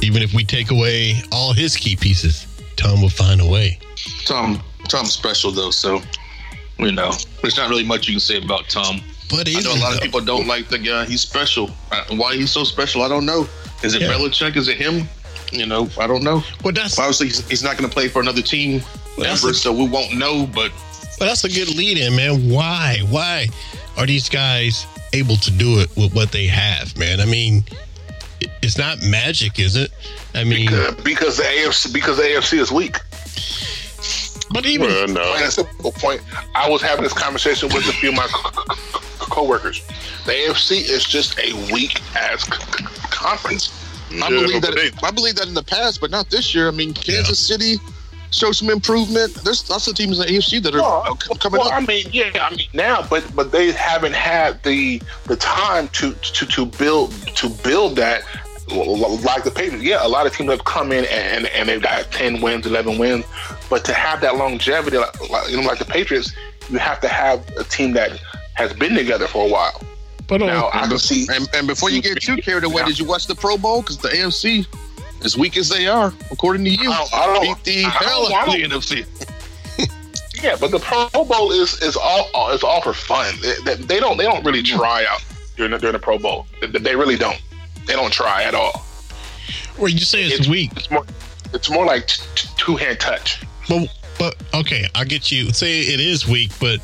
[SPEAKER 3] Even if we take away all his key pieces, Tom will find a way.
[SPEAKER 2] Tom, Tom's special though, so you know, there's not really much you can say about Tom.
[SPEAKER 3] But
[SPEAKER 2] I know a lot of people don't like the guy. He's special. Uh, Why he's so special, I don't know. Is it
[SPEAKER 3] Yeah.
[SPEAKER 2] Belichick? Is it him? You know, I don't know.
[SPEAKER 3] Well, that's
[SPEAKER 2] Obviously, he's, he's not going to play for another team
[SPEAKER 3] That's
[SPEAKER 2] ever,
[SPEAKER 3] the-
[SPEAKER 2] so we won't know. But
[SPEAKER 3] But that's a good lead in, man. Why? Why are these guys able to do it with what they have, man? I mean, it- it's not magic, is it? I mean,
[SPEAKER 7] Uh, because the AFC because the AFC is weak.
[SPEAKER 3] but even
[SPEAKER 4] Well, no.
[SPEAKER 7] Plain and simple point. I was having this conversation with a few of my co- co- co- coworkers. The AFC is just a weak ass c- c- conference.
[SPEAKER 4] Yeah,
[SPEAKER 7] I believe
[SPEAKER 4] but
[SPEAKER 7] that.
[SPEAKER 4] they-
[SPEAKER 7] I believe that in the past, but not this year. I mean, Kansas City showed some improvement. There's lots of teams in the AFC that are
[SPEAKER 2] Oh,
[SPEAKER 7] uh, c- coming well, up.
[SPEAKER 2] up.
[SPEAKER 7] I mean, yeah, I mean now, but but they haven't had the the time to to to build to build that like the Patriots. Yeah, a lot of teams have come in and and they've got ten wins, eleven wins, but to have that longevity, like, like, you know, like the Patriots, you have to have a team that has been together for a while.
[SPEAKER 3] but
[SPEAKER 7] Now I can see.
[SPEAKER 2] and, and before you get too carried away,
[SPEAKER 7] Yeah.
[SPEAKER 2] did you watch the Pro Bowl? Because the AFC, as weak as they are, according to you,
[SPEAKER 7] I don't- I
[SPEAKER 2] beat
[SPEAKER 7] don't-
[SPEAKER 2] the
[SPEAKER 7] I don't-
[SPEAKER 2] hell
[SPEAKER 7] I
[SPEAKER 2] out of the
[SPEAKER 7] don't-
[SPEAKER 2] NFC.
[SPEAKER 7] Yeah, but the Pro Bowl is is all all- is all for fun. They, they- they don't they don't really try out during the, during the Pro Bowl. They, they really don't. They don't try at all.
[SPEAKER 3] or you say it's,
[SPEAKER 7] It's-
[SPEAKER 3] weak.
[SPEAKER 7] It's more it's more like t- t- two hand touch.
[SPEAKER 3] But but okay, I get you. Say it is weak, but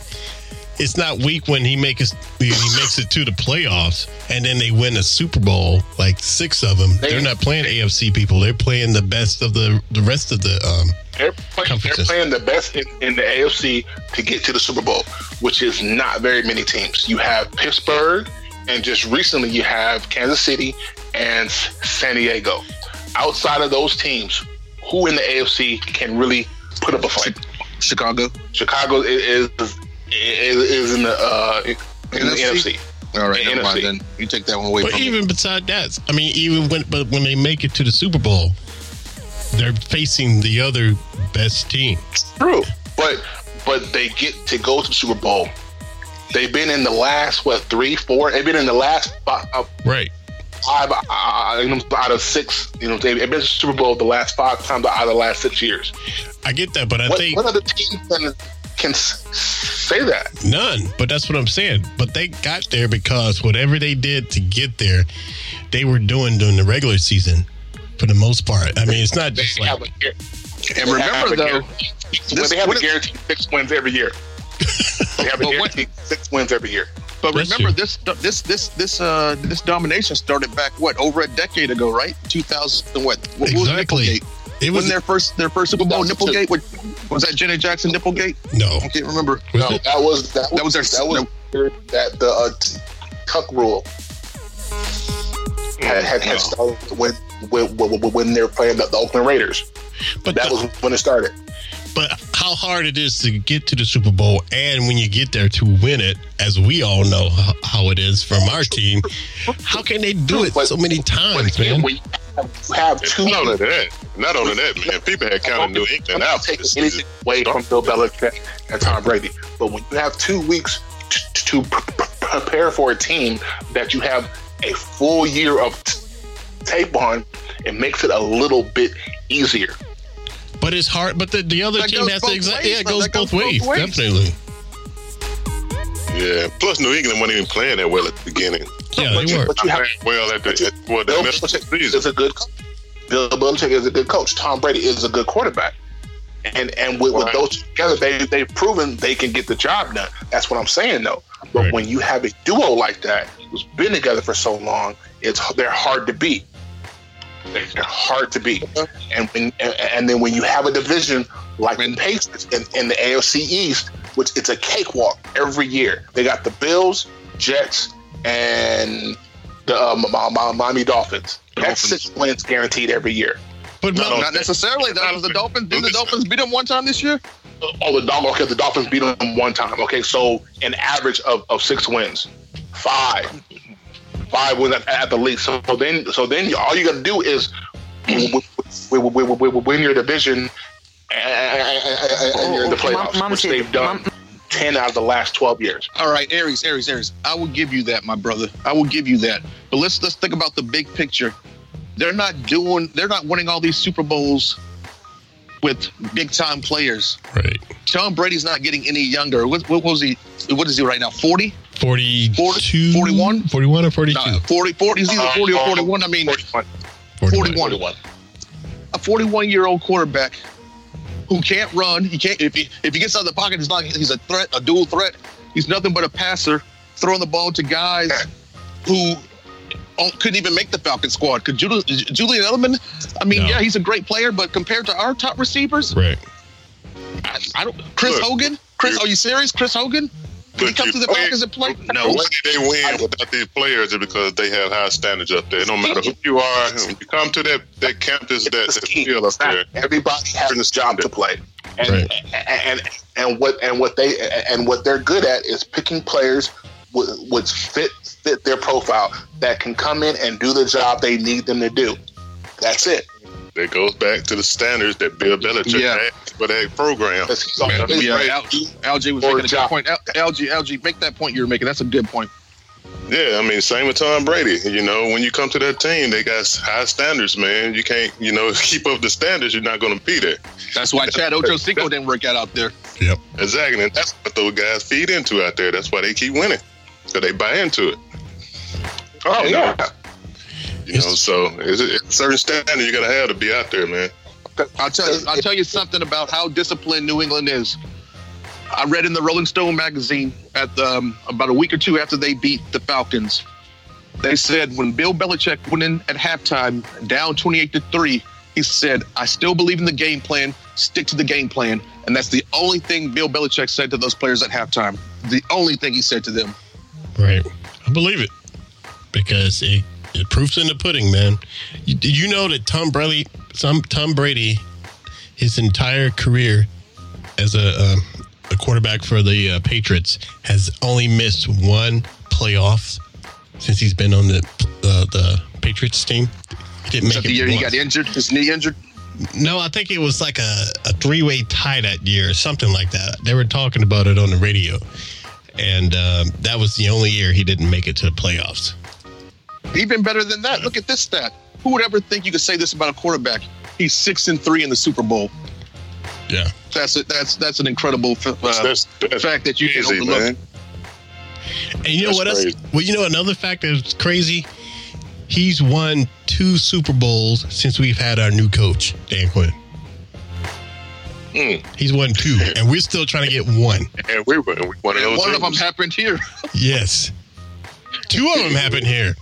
[SPEAKER 3] it's not weak when he makes he makes it to the playoffs and then they win a Super Bowl, like six of them.
[SPEAKER 7] They-
[SPEAKER 3] They, are not playing AFC people. They're playing the best of the the rest of the um.
[SPEAKER 7] They're, play, they're
[SPEAKER 3] Conferences.
[SPEAKER 7] playing the best in, in the AFC to get to the Super Bowl, which is not very many teams. You have Pittsburgh, and just recently you have Kansas City and S- San Diego. Outside of those teams, who in the AFC can really put up a fight?
[SPEAKER 2] Chicago.
[SPEAKER 7] Chicago i- is is, is in the uh, in the
[SPEAKER 2] NFC?
[SPEAKER 7] NFC.
[SPEAKER 2] All right,
[SPEAKER 7] The
[SPEAKER 2] never mind
[SPEAKER 7] NFC.
[SPEAKER 2] then. You take that one away
[SPEAKER 3] But
[SPEAKER 2] from me.
[SPEAKER 3] even beside that, I mean, even when but when they make it to the Super Bowl, they're facing the other best team.
[SPEAKER 7] True, but but they get to go to the Super Bowl. They've been in the last what three, four? They've been in the last five, uh,
[SPEAKER 3] Right.
[SPEAKER 7] five uh, you know, out of six. You know, they've been to the Super Bowl the last five times out of the last six years.
[SPEAKER 3] I get that, but I
[SPEAKER 7] What,
[SPEAKER 3] think
[SPEAKER 7] what other team can can s- say that?
[SPEAKER 3] none. But that's what I'm saying. But they got there because whatever they did to get there, they were doing during the regular season for the most part. I mean, it's not just
[SPEAKER 7] They
[SPEAKER 3] like
[SPEAKER 7] have a guar-
[SPEAKER 2] and remember
[SPEAKER 7] they have a
[SPEAKER 2] though,
[SPEAKER 7] guarantee-
[SPEAKER 2] this-
[SPEAKER 7] they have
[SPEAKER 2] what
[SPEAKER 7] a
[SPEAKER 2] is-
[SPEAKER 7] guaranteed six wins every year. They have a
[SPEAKER 2] But what-
[SPEAKER 7] guaranteed six wins every year.
[SPEAKER 2] but
[SPEAKER 3] Bless
[SPEAKER 2] remember
[SPEAKER 3] you.
[SPEAKER 2] this this this this uh this domination started back what over a decade ago, right? Two thousand and what? what was
[SPEAKER 3] exactly.
[SPEAKER 2] Nipplegate?
[SPEAKER 3] It
[SPEAKER 2] Wasn't
[SPEAKER 3] was
[SPEAKER 2] their first their first Super Bowl
[SPEAKER 7] 2002.
[SPEAKER 2] Nipplegate? Was, was that Janet Jackson Nipplegate?
[SPEAKER 3] no.
[SPEAKER 2] I can't remember.
[SPEAKER 3] Was
[SPEAKER 7] No,
[SPEAKER 3] it-
[SPEAKER 7] that was that was
[SPEAKER 2] That was their
[SPEAKER 7] that was that the uh, t- Tuck rule had had, had started when, when when when they were playing the, the Oakland Raiders.
[SPEAKER 3] but
[SPEAKER 7] That
[SPEAKER 3] the-
[SPEAKER 7] was when it started.
[SPEAKER 3] but how hard it is to get to the Super Bowl, and when you get there to win it, as we all know h- how it is from our team. How can they do it
[SPEAKER 7] But-
[SPEAKER 3] so many
[SPEAKER 7] But
[SPEAKER 3] times,
[SPEAKER 7] again,
[SPEAKER 3] man?
[SPEAKER 7] when you have, you have two.
[SPEAKER 4] Not only that, not only that, man. People had kind of New
[SPEAKER 7] I'm
[SPEAKER 4] England
[SPEAKER 7] not
[SPEAKER 4] out.
[SPEAKER 7] taking
[SPEAKER 4] this season.
[SPEAKER 7] anything away from Bill Belichick and Tom Brady, but when you have two weeks t- to p- p- prepare for a team that you have a full year of t- tape on, it makes it a little bit easier.
[SPEAKER 3] But it's hard. But the, the other
[SPEAKER 2] That
[SPEAKER 3] team
[SPEAKER 2] goes
[SPEAKER 3] has to
[SPEAKER 2] both
[SPEAKER 3] exactly.
[SPEAKER 2] ways,
[SPEAKER 3] Yeah, it
[SPEAKER 2] though.
[SPEAKER 3] goes
[SPEAKER 2] That goes
[SPEAKER 3] both,
[SPEAKER 2] both
[SPEAKER 3] ways,
[SPEAKER 2] ways.
[SPEAKER 3] Definitely.
[SPEAKER 4] Yeah. Plus, New England wasn't even playing that well at the beginning.
[SPEAKER 3] Yeah,
[SPEAKER 7] but
[SPEAKER 3] they
[SPEAKER 7] you-
[SPEAKER 3] were.
[SPEAKER 7] but you have
[SPEAKER 4] Well, at the at, well, the
[SPEAKER 7] Bill
[SPEAKER 4] middle of the
[SPEAKER 7] Belichick
[SPEAKER 4] season.
[SPEAKER 7] is a good coach. Bill Belichick is a good coach. Tom Brady is a good quarterback. And and with, with
[SPEAKER 4] Right.
[SPEAKER 7] those together, they they've proven they can get the job done. That's what I'm saying though. But
[SPEAKER 3] Right.
[SPEAKER 7] when you have a duo like that, who's been together for so long, it's they're hard to beat. They're hard to beat. And when and, and then when you have a division like the Pacers in, in the AFC East, which it's a cakewalk every year. They got the Bills, Jets, and the uh, Mi- Mi- Miami Dolphins. That's six wins guaranteed every year.
[SPEAKER 2] But
[SPEAKER 7] Not
[SPEAKER 2] not,
[SPEAKER 7] all-
[SPEAKER 2] necessarily. That was the Dolphins. Didn't the Dolphins beat them one time this year?
[SPEAKER 7] Oh, the Dolphins. Okay, the Dolphins beat them one time. Okay, so an average of, of six wins, five, five wins at, at the least. So then, so then all you got to do is win, win, win, win, win your division, and, and you're in the playoffs, which they've done ten out of the last twelve years.
[SPEAKER 2] All right, Aries, Aries, Aries. I will give you that, my brother. I will give you that. But let's let's think about the big picture. They're not doing. They're not winning all these Super Bowls with big time players.
[SPEAKER 3] Right.
[SPEAKER 2] Tom Brady's not getting any younger. What, what was he? What is he right now? Forty.
[SPEAKER 3] 42, 41? 41 or 42?
[SPEAKER 2] Nah, 40, 40, he's either 40 or 41. I mean, 41.
[SPEAKER 7] 41.
[SPEAKER 2] A 41 year old quarterback who can't run. He can't, if he, if he gets out of the pocket, he's not, he's a threat, a dual threat. He's nothing but a passer, throwing the ball to guys who don't- couldn't even make the Falcon squad. Could Jul- Julian Edelman? I mean,
[SPEAKER 3] No.
[SPEAKER 2] yeah, he's a great player, but compared to our top receivers,
[SPEAKER 3] Right.
[SPEAKER 2] I, I don't. Chris
[SPEAKER 4] Look.
[SPEAKER 2] Hogan? Chris, are you serious? Chris Hogan? Did he
[SPEAKER 4] Look,
[SPEAKER 2] come
[SPEAKER 4] you-
[SPEAKER 2] to the Falcons and play?
[SPEAKER 4] The way they win without these players is because they have high standards up there. No matter who you are, when you come to that, that campus, that, that field up there.
[SPEAKER 7] Everybody has a job to play, and and and what and what they and what they're good at is picking players wh- which fit fit their profile that can come in and do the job they need them to do. That's it.
[SPEAKER 4] That goes back to the standards that Bill Belichick
[SPEAKER 2] Yeah.
[SPEAKER 4] had for that program.
[SPEAKER 2] Yeah,
[SPEAKER 4] Man,
[SPEAKER 2] yeah,
[SPEAKER 4] right.
[SPEAKER 2] Al- LG was
[SPEAKER 4] Or
[SPEAKER 2] making a good
[SPEAKER 4] job.
[SPEAKER 2] point. Al- LG, LG, make that point you were making. That's a good point.
[SPEAKER 4] Yeah, I mean, same with Tom Brady. You know, when you come to that team, they got high standards, man. You can't, you know, keep up the standards, you're not going to be there.
[SPEAKER 2] That's why Chad Ochocinco didn't work out out there.
[SPEAKER 3] Yep.
[SPEAKER 4] Exactly, and that's what those guys feed into out there. That's why they keep winning, because they buy into it.
[SPEAKER 7] Oh yeah.
[SPEAKER 4] You know, so it's a, it's a certain standard you got to have to be out there, man.
[SPEAKER 2] I'll tell you, I'll tell you something about how disciplined New England is. I read in the Rolling Stone magazine at the, um, about a week or two after they beat the Falcons. They said when Bill Belichick went in at halftime, down twenty-eight to three, he said, "I still believe in the game plan. Stick to the game plan." And that's the only thing Bill Belichick said to those players at halftime. The only thing he said to them.
[SPEAKER 3] Right. I believe it because it, it proofs in the pudding, man. You, did you know that Tom Brady, some Tom Brady, his entire career as a um, a quarterback for the uh, Patriots has only missed one playoff since he's been on the uh, the Patriots team. He didn't
[SPEAKER 2] Was
[SPEAKER 3] make
[SPEAKER 2] that
[SPEAKER 3] it.
[SPEAKER 2] the year he
[SPEAKER 3] once.
[SPEAKER 2] got injured, his knee injured.
[SPEAKER 3] No, I think it was like a, a three way tie that year or something like that. They were talking about it on the radio. And um, that was the only year he didn't make it to the playoffs.
[SPEAKER 2] Even better than that, look at this stat. Who would ever think you could say this about a quarterback? He's six and three in the Super Bowl.
[SPEAKER 3] Yeah.
[SPEAKER 2] That's it. That's that's an incredible f- uh,
[SPEAKER 4] That's- that's
[SPEAKER 2] fact that you can
[SPEAKER 4] crazy,
[SPEAKER 2] overlook.
[SPEAKER 4] man.
[SPEAKER 3] And you know
[SPEAKER 4] That's
[SPEAKER 3] what else?
[SPEAKER 4] crazy.
[SPEAKER 3] Well, you know another fact that's crazy. He's won two Super Bowls since we've had our new coach, Dan Quinn.
[SPEAKER 4] Mm.
[SPEAKER 3] He's won two, and we're still trying to get one.
[SPEAKER 4] And we were we one of
[SPEAKER 2] And
[SPEAKER 4] those.
[SPEAKER 2] one of them
[SPEAKER 4] teams.
[SPEAKER 2] happened here.
[SPEAKER 3] Yes. Two of them happened here.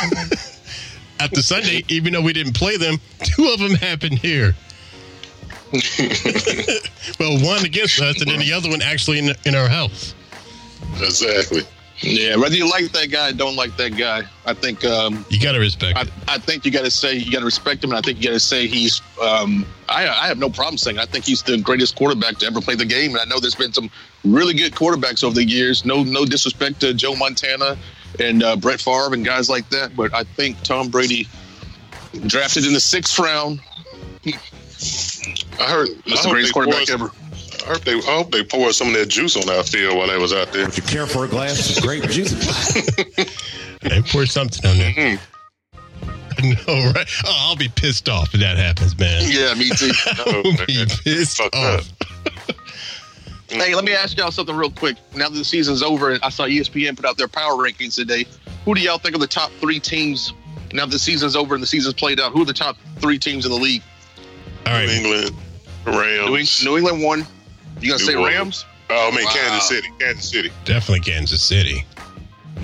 [SPEAKER 3] After Sunday, even though we didn't play them, two of them happened here. well, one against us, and then the other one actually in, in our house.
[SPEAKER 4] exactly.
[SPEAKER 2] Yeah, whether you like that guy, or don't like that guy, I think um,
[SPEAKER 3] You got to respect
[SPEAKER 2] I,
[SPEAKER 3] it.
[SPEAKER 2] I think you got to say you got to respect him, and I think you got to say he's. Um, I, I have no problem saying I think he's the greatest quarterback to ever play the game, and I know there's been some really good quarterbacks over the years. No, no disrespect to Joe Montana and uh, Brett Favre and guys like that, but I think Tom Brady drafted in the sixth round.
[SPEAKER 4] I heard
[SPEAKER 2] That's
[SPEAKER 4] I
[SPEAKER 2] the
[SPEAKER 4] hope
[SPEAKER 2] greatest
[SPEAKER 4] they pour
[SPEAKER 2] quarterback
[SPEAKER 4] us-
[SPEAKER 2] ever.
[SPEAKER 4] I hope they, I hope they poured some of that juice on our field while they was out there.
[SPEAKER 6] you care for a glass of grape juice?
[SPEAKER 3] They poured something on there. No, right? Oh, I'll be pissed off if that happens, man.
[SPEAKER 2] Yeah, me too.
[SPEAKER 3] I'll be pissed
[SPEAKER 4] Fuck
[SPEAKER 3] off.
[SPEAKER 2] hey, let me ask y'all something real quick. Now that the season's over, and I saw E ESPN put out their power rankings today. Who do y'all think are the top three teams? Now that the season's over and the season's played out, who are the top three teams in the league?
[SPEAKER 3] All
[SPEAKER 4] New
[SPEAKER 3] right.
[SPEAKER 4] England,
[SPEAKER 2] New, Eng-
[SPEAKER 4] Rams.
[SPEAKER 2] New England won. You gonna
[SPEAKER 4] New
[SPEAKER 2] say
[SPEAKER 4] Orleans.
[SPEAKER 2] Rams?
[SPEAKER 4] Oh, I mean,
[SPEAKER 2] Wow.
[SPEAKER 4] Kansas City. Kansas City.
[SPEAKER 3] Definitely Kansas City.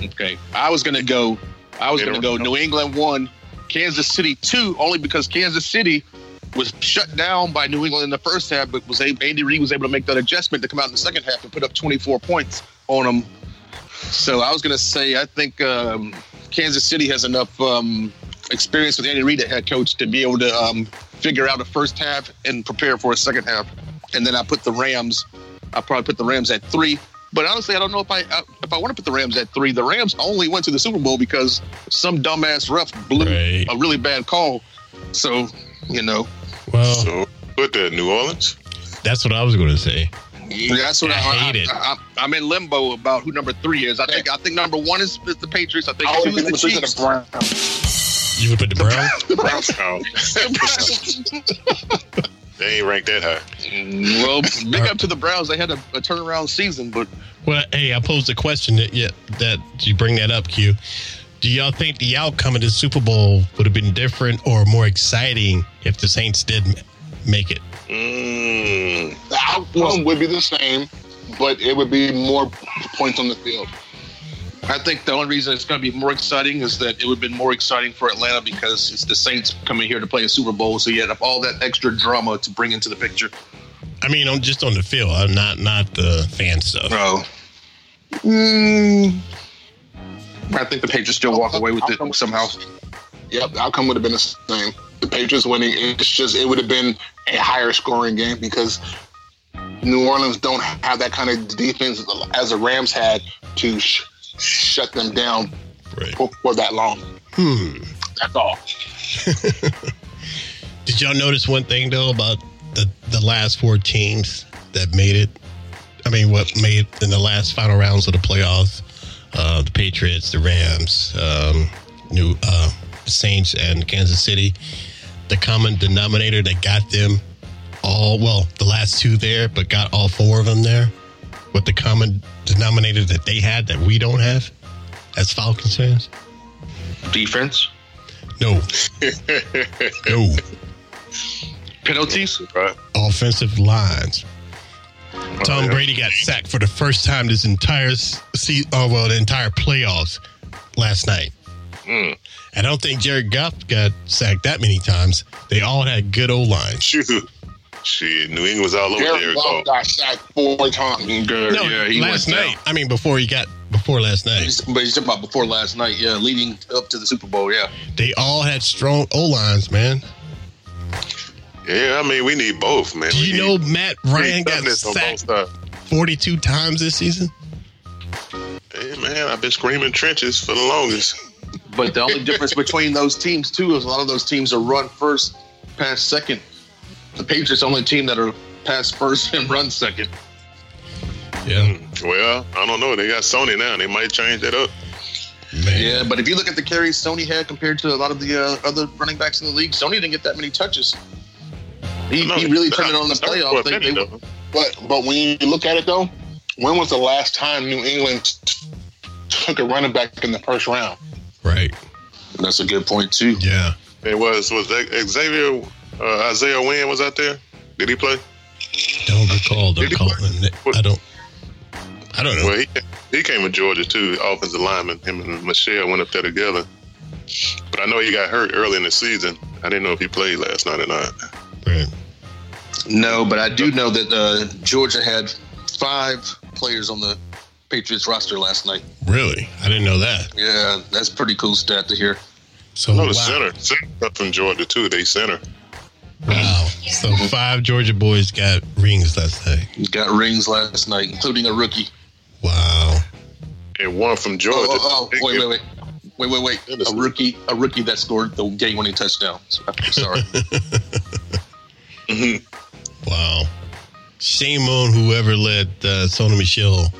[SPEAKER 2] Okay, I was gonna go I was going to go New England one, Kansas City two, only because Kansas City was shut down by New England in the first half, but was able, Andy Reid was able to make that adjustment to come out in the second half and put up 24 points on them. So I was going to say I think um, Kansas City has enough um, experience with Andy Reid, the head coach, to be able to um, figure out the first half and prepare for a second half. And then I put the Rams. I probably put the Rams at three. But honestly, I don't know if I I- if I want to put the Rams at three. The Rams only went to the Super Bowl because some dumbass ref blew a really bad call. So you know,
[SPEAKER 3] Well,
[SPEAKER 2] Oh.
[SPEAKER 4] so put that New Orleans.
[SPEAKER 3] that's what I was going to say.
[SPEAKER 2] Yeah, that's what I,
[SPEAKER 3] hate
[SPEAKER 2] I,
[SPEAKER 3] it.
[SPEAKER 2] I, I, am in limbo about who number three is. I think I think number one is, is the Patriots. I think
[SPEAKER 7] I
[SPEAKER 2] two is
[SPEAKER 7] would be
[SPEAKER 2] the
[SPEAKER 7] number three to
[SPEAKER 2] Chiefs.
[SPEAKER 7] the Browns.
[SPEAKER 3] You would put the Browns.
[SPEAKER 2] The Browns.
[SPEAKER 4] They ain't ranked that high.
[SPEAKER 2] well, big up to the Browns. They had a, a turnaround season, but
[SPEAKER 3] Well, hey, I posed a question that yeah, that you bring that up, Q. Do y'all think the outcome of the Super Bowl would have been different or more exciting if the Saints did m- make it?
[SPEAKER 4] Mm.
[SPEAKER 7] The outcome would be the same, but it would be more points on the field.
[SPEAKER 2] I think the only reason it's going to be more exciting is that it would have been more exciting for Atlanta because it's the Saints coming here to play a Super Bowl. So you had all that extra drama to bring into the picture.
[SPEAKER 3] I mean, on just on the field, I'm not not the fan stuff.
[SPEAKER 2] Bro, I think the Patriots still walk away with it somehow.
[SPEAKER 7] Yep, the outcome would have been the same. The Patriots winning, it's just it would have been a higher scoring game because New Orleans don't have that kind of defense as the Rams had to sh- shut them down
[SPEAKER 3] Right.
[SPEAKER 7] for, for that long.
[SPEAKER 3] Hmm.
[SPEAKER 7] That's all.
[SPEAKER 3] Did y'all notice one thing though about the the last four teams that made it? I mean, what made it in the last final rounds of the playoffs? Uh, the Patriots, the Rams, um, New uh, Saints, and Kansas City. The common denominator that got them all well, the last two there, but got all four of them there. What the common denominator that they had that we don't have, as Falcons fans?
[SPEAKER 2] Defense,
[SPEAKER 3] No, no.
[SPEAKER 2] penalties.
[SPEAKER 4] Right.
[SPEAKER 3] offensive lines. Tom
[SPEAKER 4] Oh, yeah.
[SPEAKER 3] Brady got sacked for the first time this entire se- oh well, the entire playoffs last night.
[SPEAKER 4] Mm.
[SPEAKER 3] I don't think Jared Goff got sacked that many times. They all had good O lines.
[SPEAKER 4] Shoot. Shit, New England's all over
[SPEAKER 7] Jared
[SPEAKER 4] there.
[SPEAKER 7] Goff got sacked four times.
[SPEAKER 2] Good.
[SPEAKER 3] No, last night. I mean, before he got before last night,
[SPEAKER 2] He's- But he's talking about before last night, yeah, leading up to the Super Bowl, yeah.
[SPEAKER 3] they all had strong O lines, man.
[SPEAKER 4] Yeah, I mean, we need both, man.
[SPEAKER 3] Do
[SPEAKER 4] We
[SPEAKER 3] you
[SPEAKER 4] need-
[SPEAKER 3] know Matt
[SPEAKER 4] we need
[SPEAKER 3] Ryan got
[SPEAKER 4] toughness on both
[SPEAKER 3] sacked
[SPEAKER 4] sides.
[SPEAKER 3] forty-two times this season?
[SPEAKER 4] Hey, man, I've been screaming trenches for the longest.
[SPEAKER 2] But the only difference between those teams too is a lot of those teams are run first, pass second. The Patriots only team that are pass first and run second.
[SPEAKER 3] Yeah,
[SPEAKER 4] Well, I don't know. They got Sony now. They might change that up. Hmm.
[SPEAKER 3] man.
[SPEAKER 2] Yeah, but if you look at the carries Sony had compared to a lot of the uh, other running backs in the league, Sony didn't get that many touches. He,
[SPEAKER 4] No,
[SPEAKER 2] he really
[SPEAKER 4] that-
[SPEAKER 2] turned it on in the
[SPEAKER 4] that was for a
[SPEAKER 2] playoffs. They,
[SPEAKER 4] minute,
[SPEAKER 2] they,
[SPEAKER 4] though.
[SPEAKER 7] But but when you look at it though, when was the last time New England t- took a running back in the first round?
[SPEAKER 3] right.
[SPEAKER 2] that's a good point too.
[SPEAKER 3] Yeah,
[SPEAKER 4] It was was that Xavier uh, Isaiah Wynn was out there. Did he play?
[SPEAKER 3] don't recall them
[SPEAKER 4] Did he-
[SPEAKER 3] calling. it. I don't. I don't know.
[SPEAKER 4] Well, he, he came to Georgia too. Offensive lineman, him and Michelle went up there together. But I know he got hurt early in the season. I didn't know if he played last night or not.
[SPEAKER 3] Right.
[SPEAKER 2] No, but I do know that uh, Georgia had five players on the Patriots roster last night.
[SPEAKER 3] Really? I didn't know that.
[SPEAKER 2] Yeah, that's pretty cool stat to hear.
[SPEAKER 3] So
[SPEAKER 4] No,
[SPEAKER 3] wow.
[SPEAKER 4] the center, center up from Georgia too. They center.
[SPEAKER 3] Wow. So five Georgia boys got rings last night.
[SPEAKER 2] Got rings last night, including a rookie.
[SPEAKER 3] Wow.
[SPEAKER 4] and one from
[SPEAKER 2] Oh,
[SPEAKER 4] Georgia.
[SPEAKER 2] oh, oh, wait, wait, wait. Wait, wait, wait. A rookie a rookie that scored the game winning touchdown. Sorry.
[SPEAKER 3] Wow. Shame on whoever let uh, Sona Michelle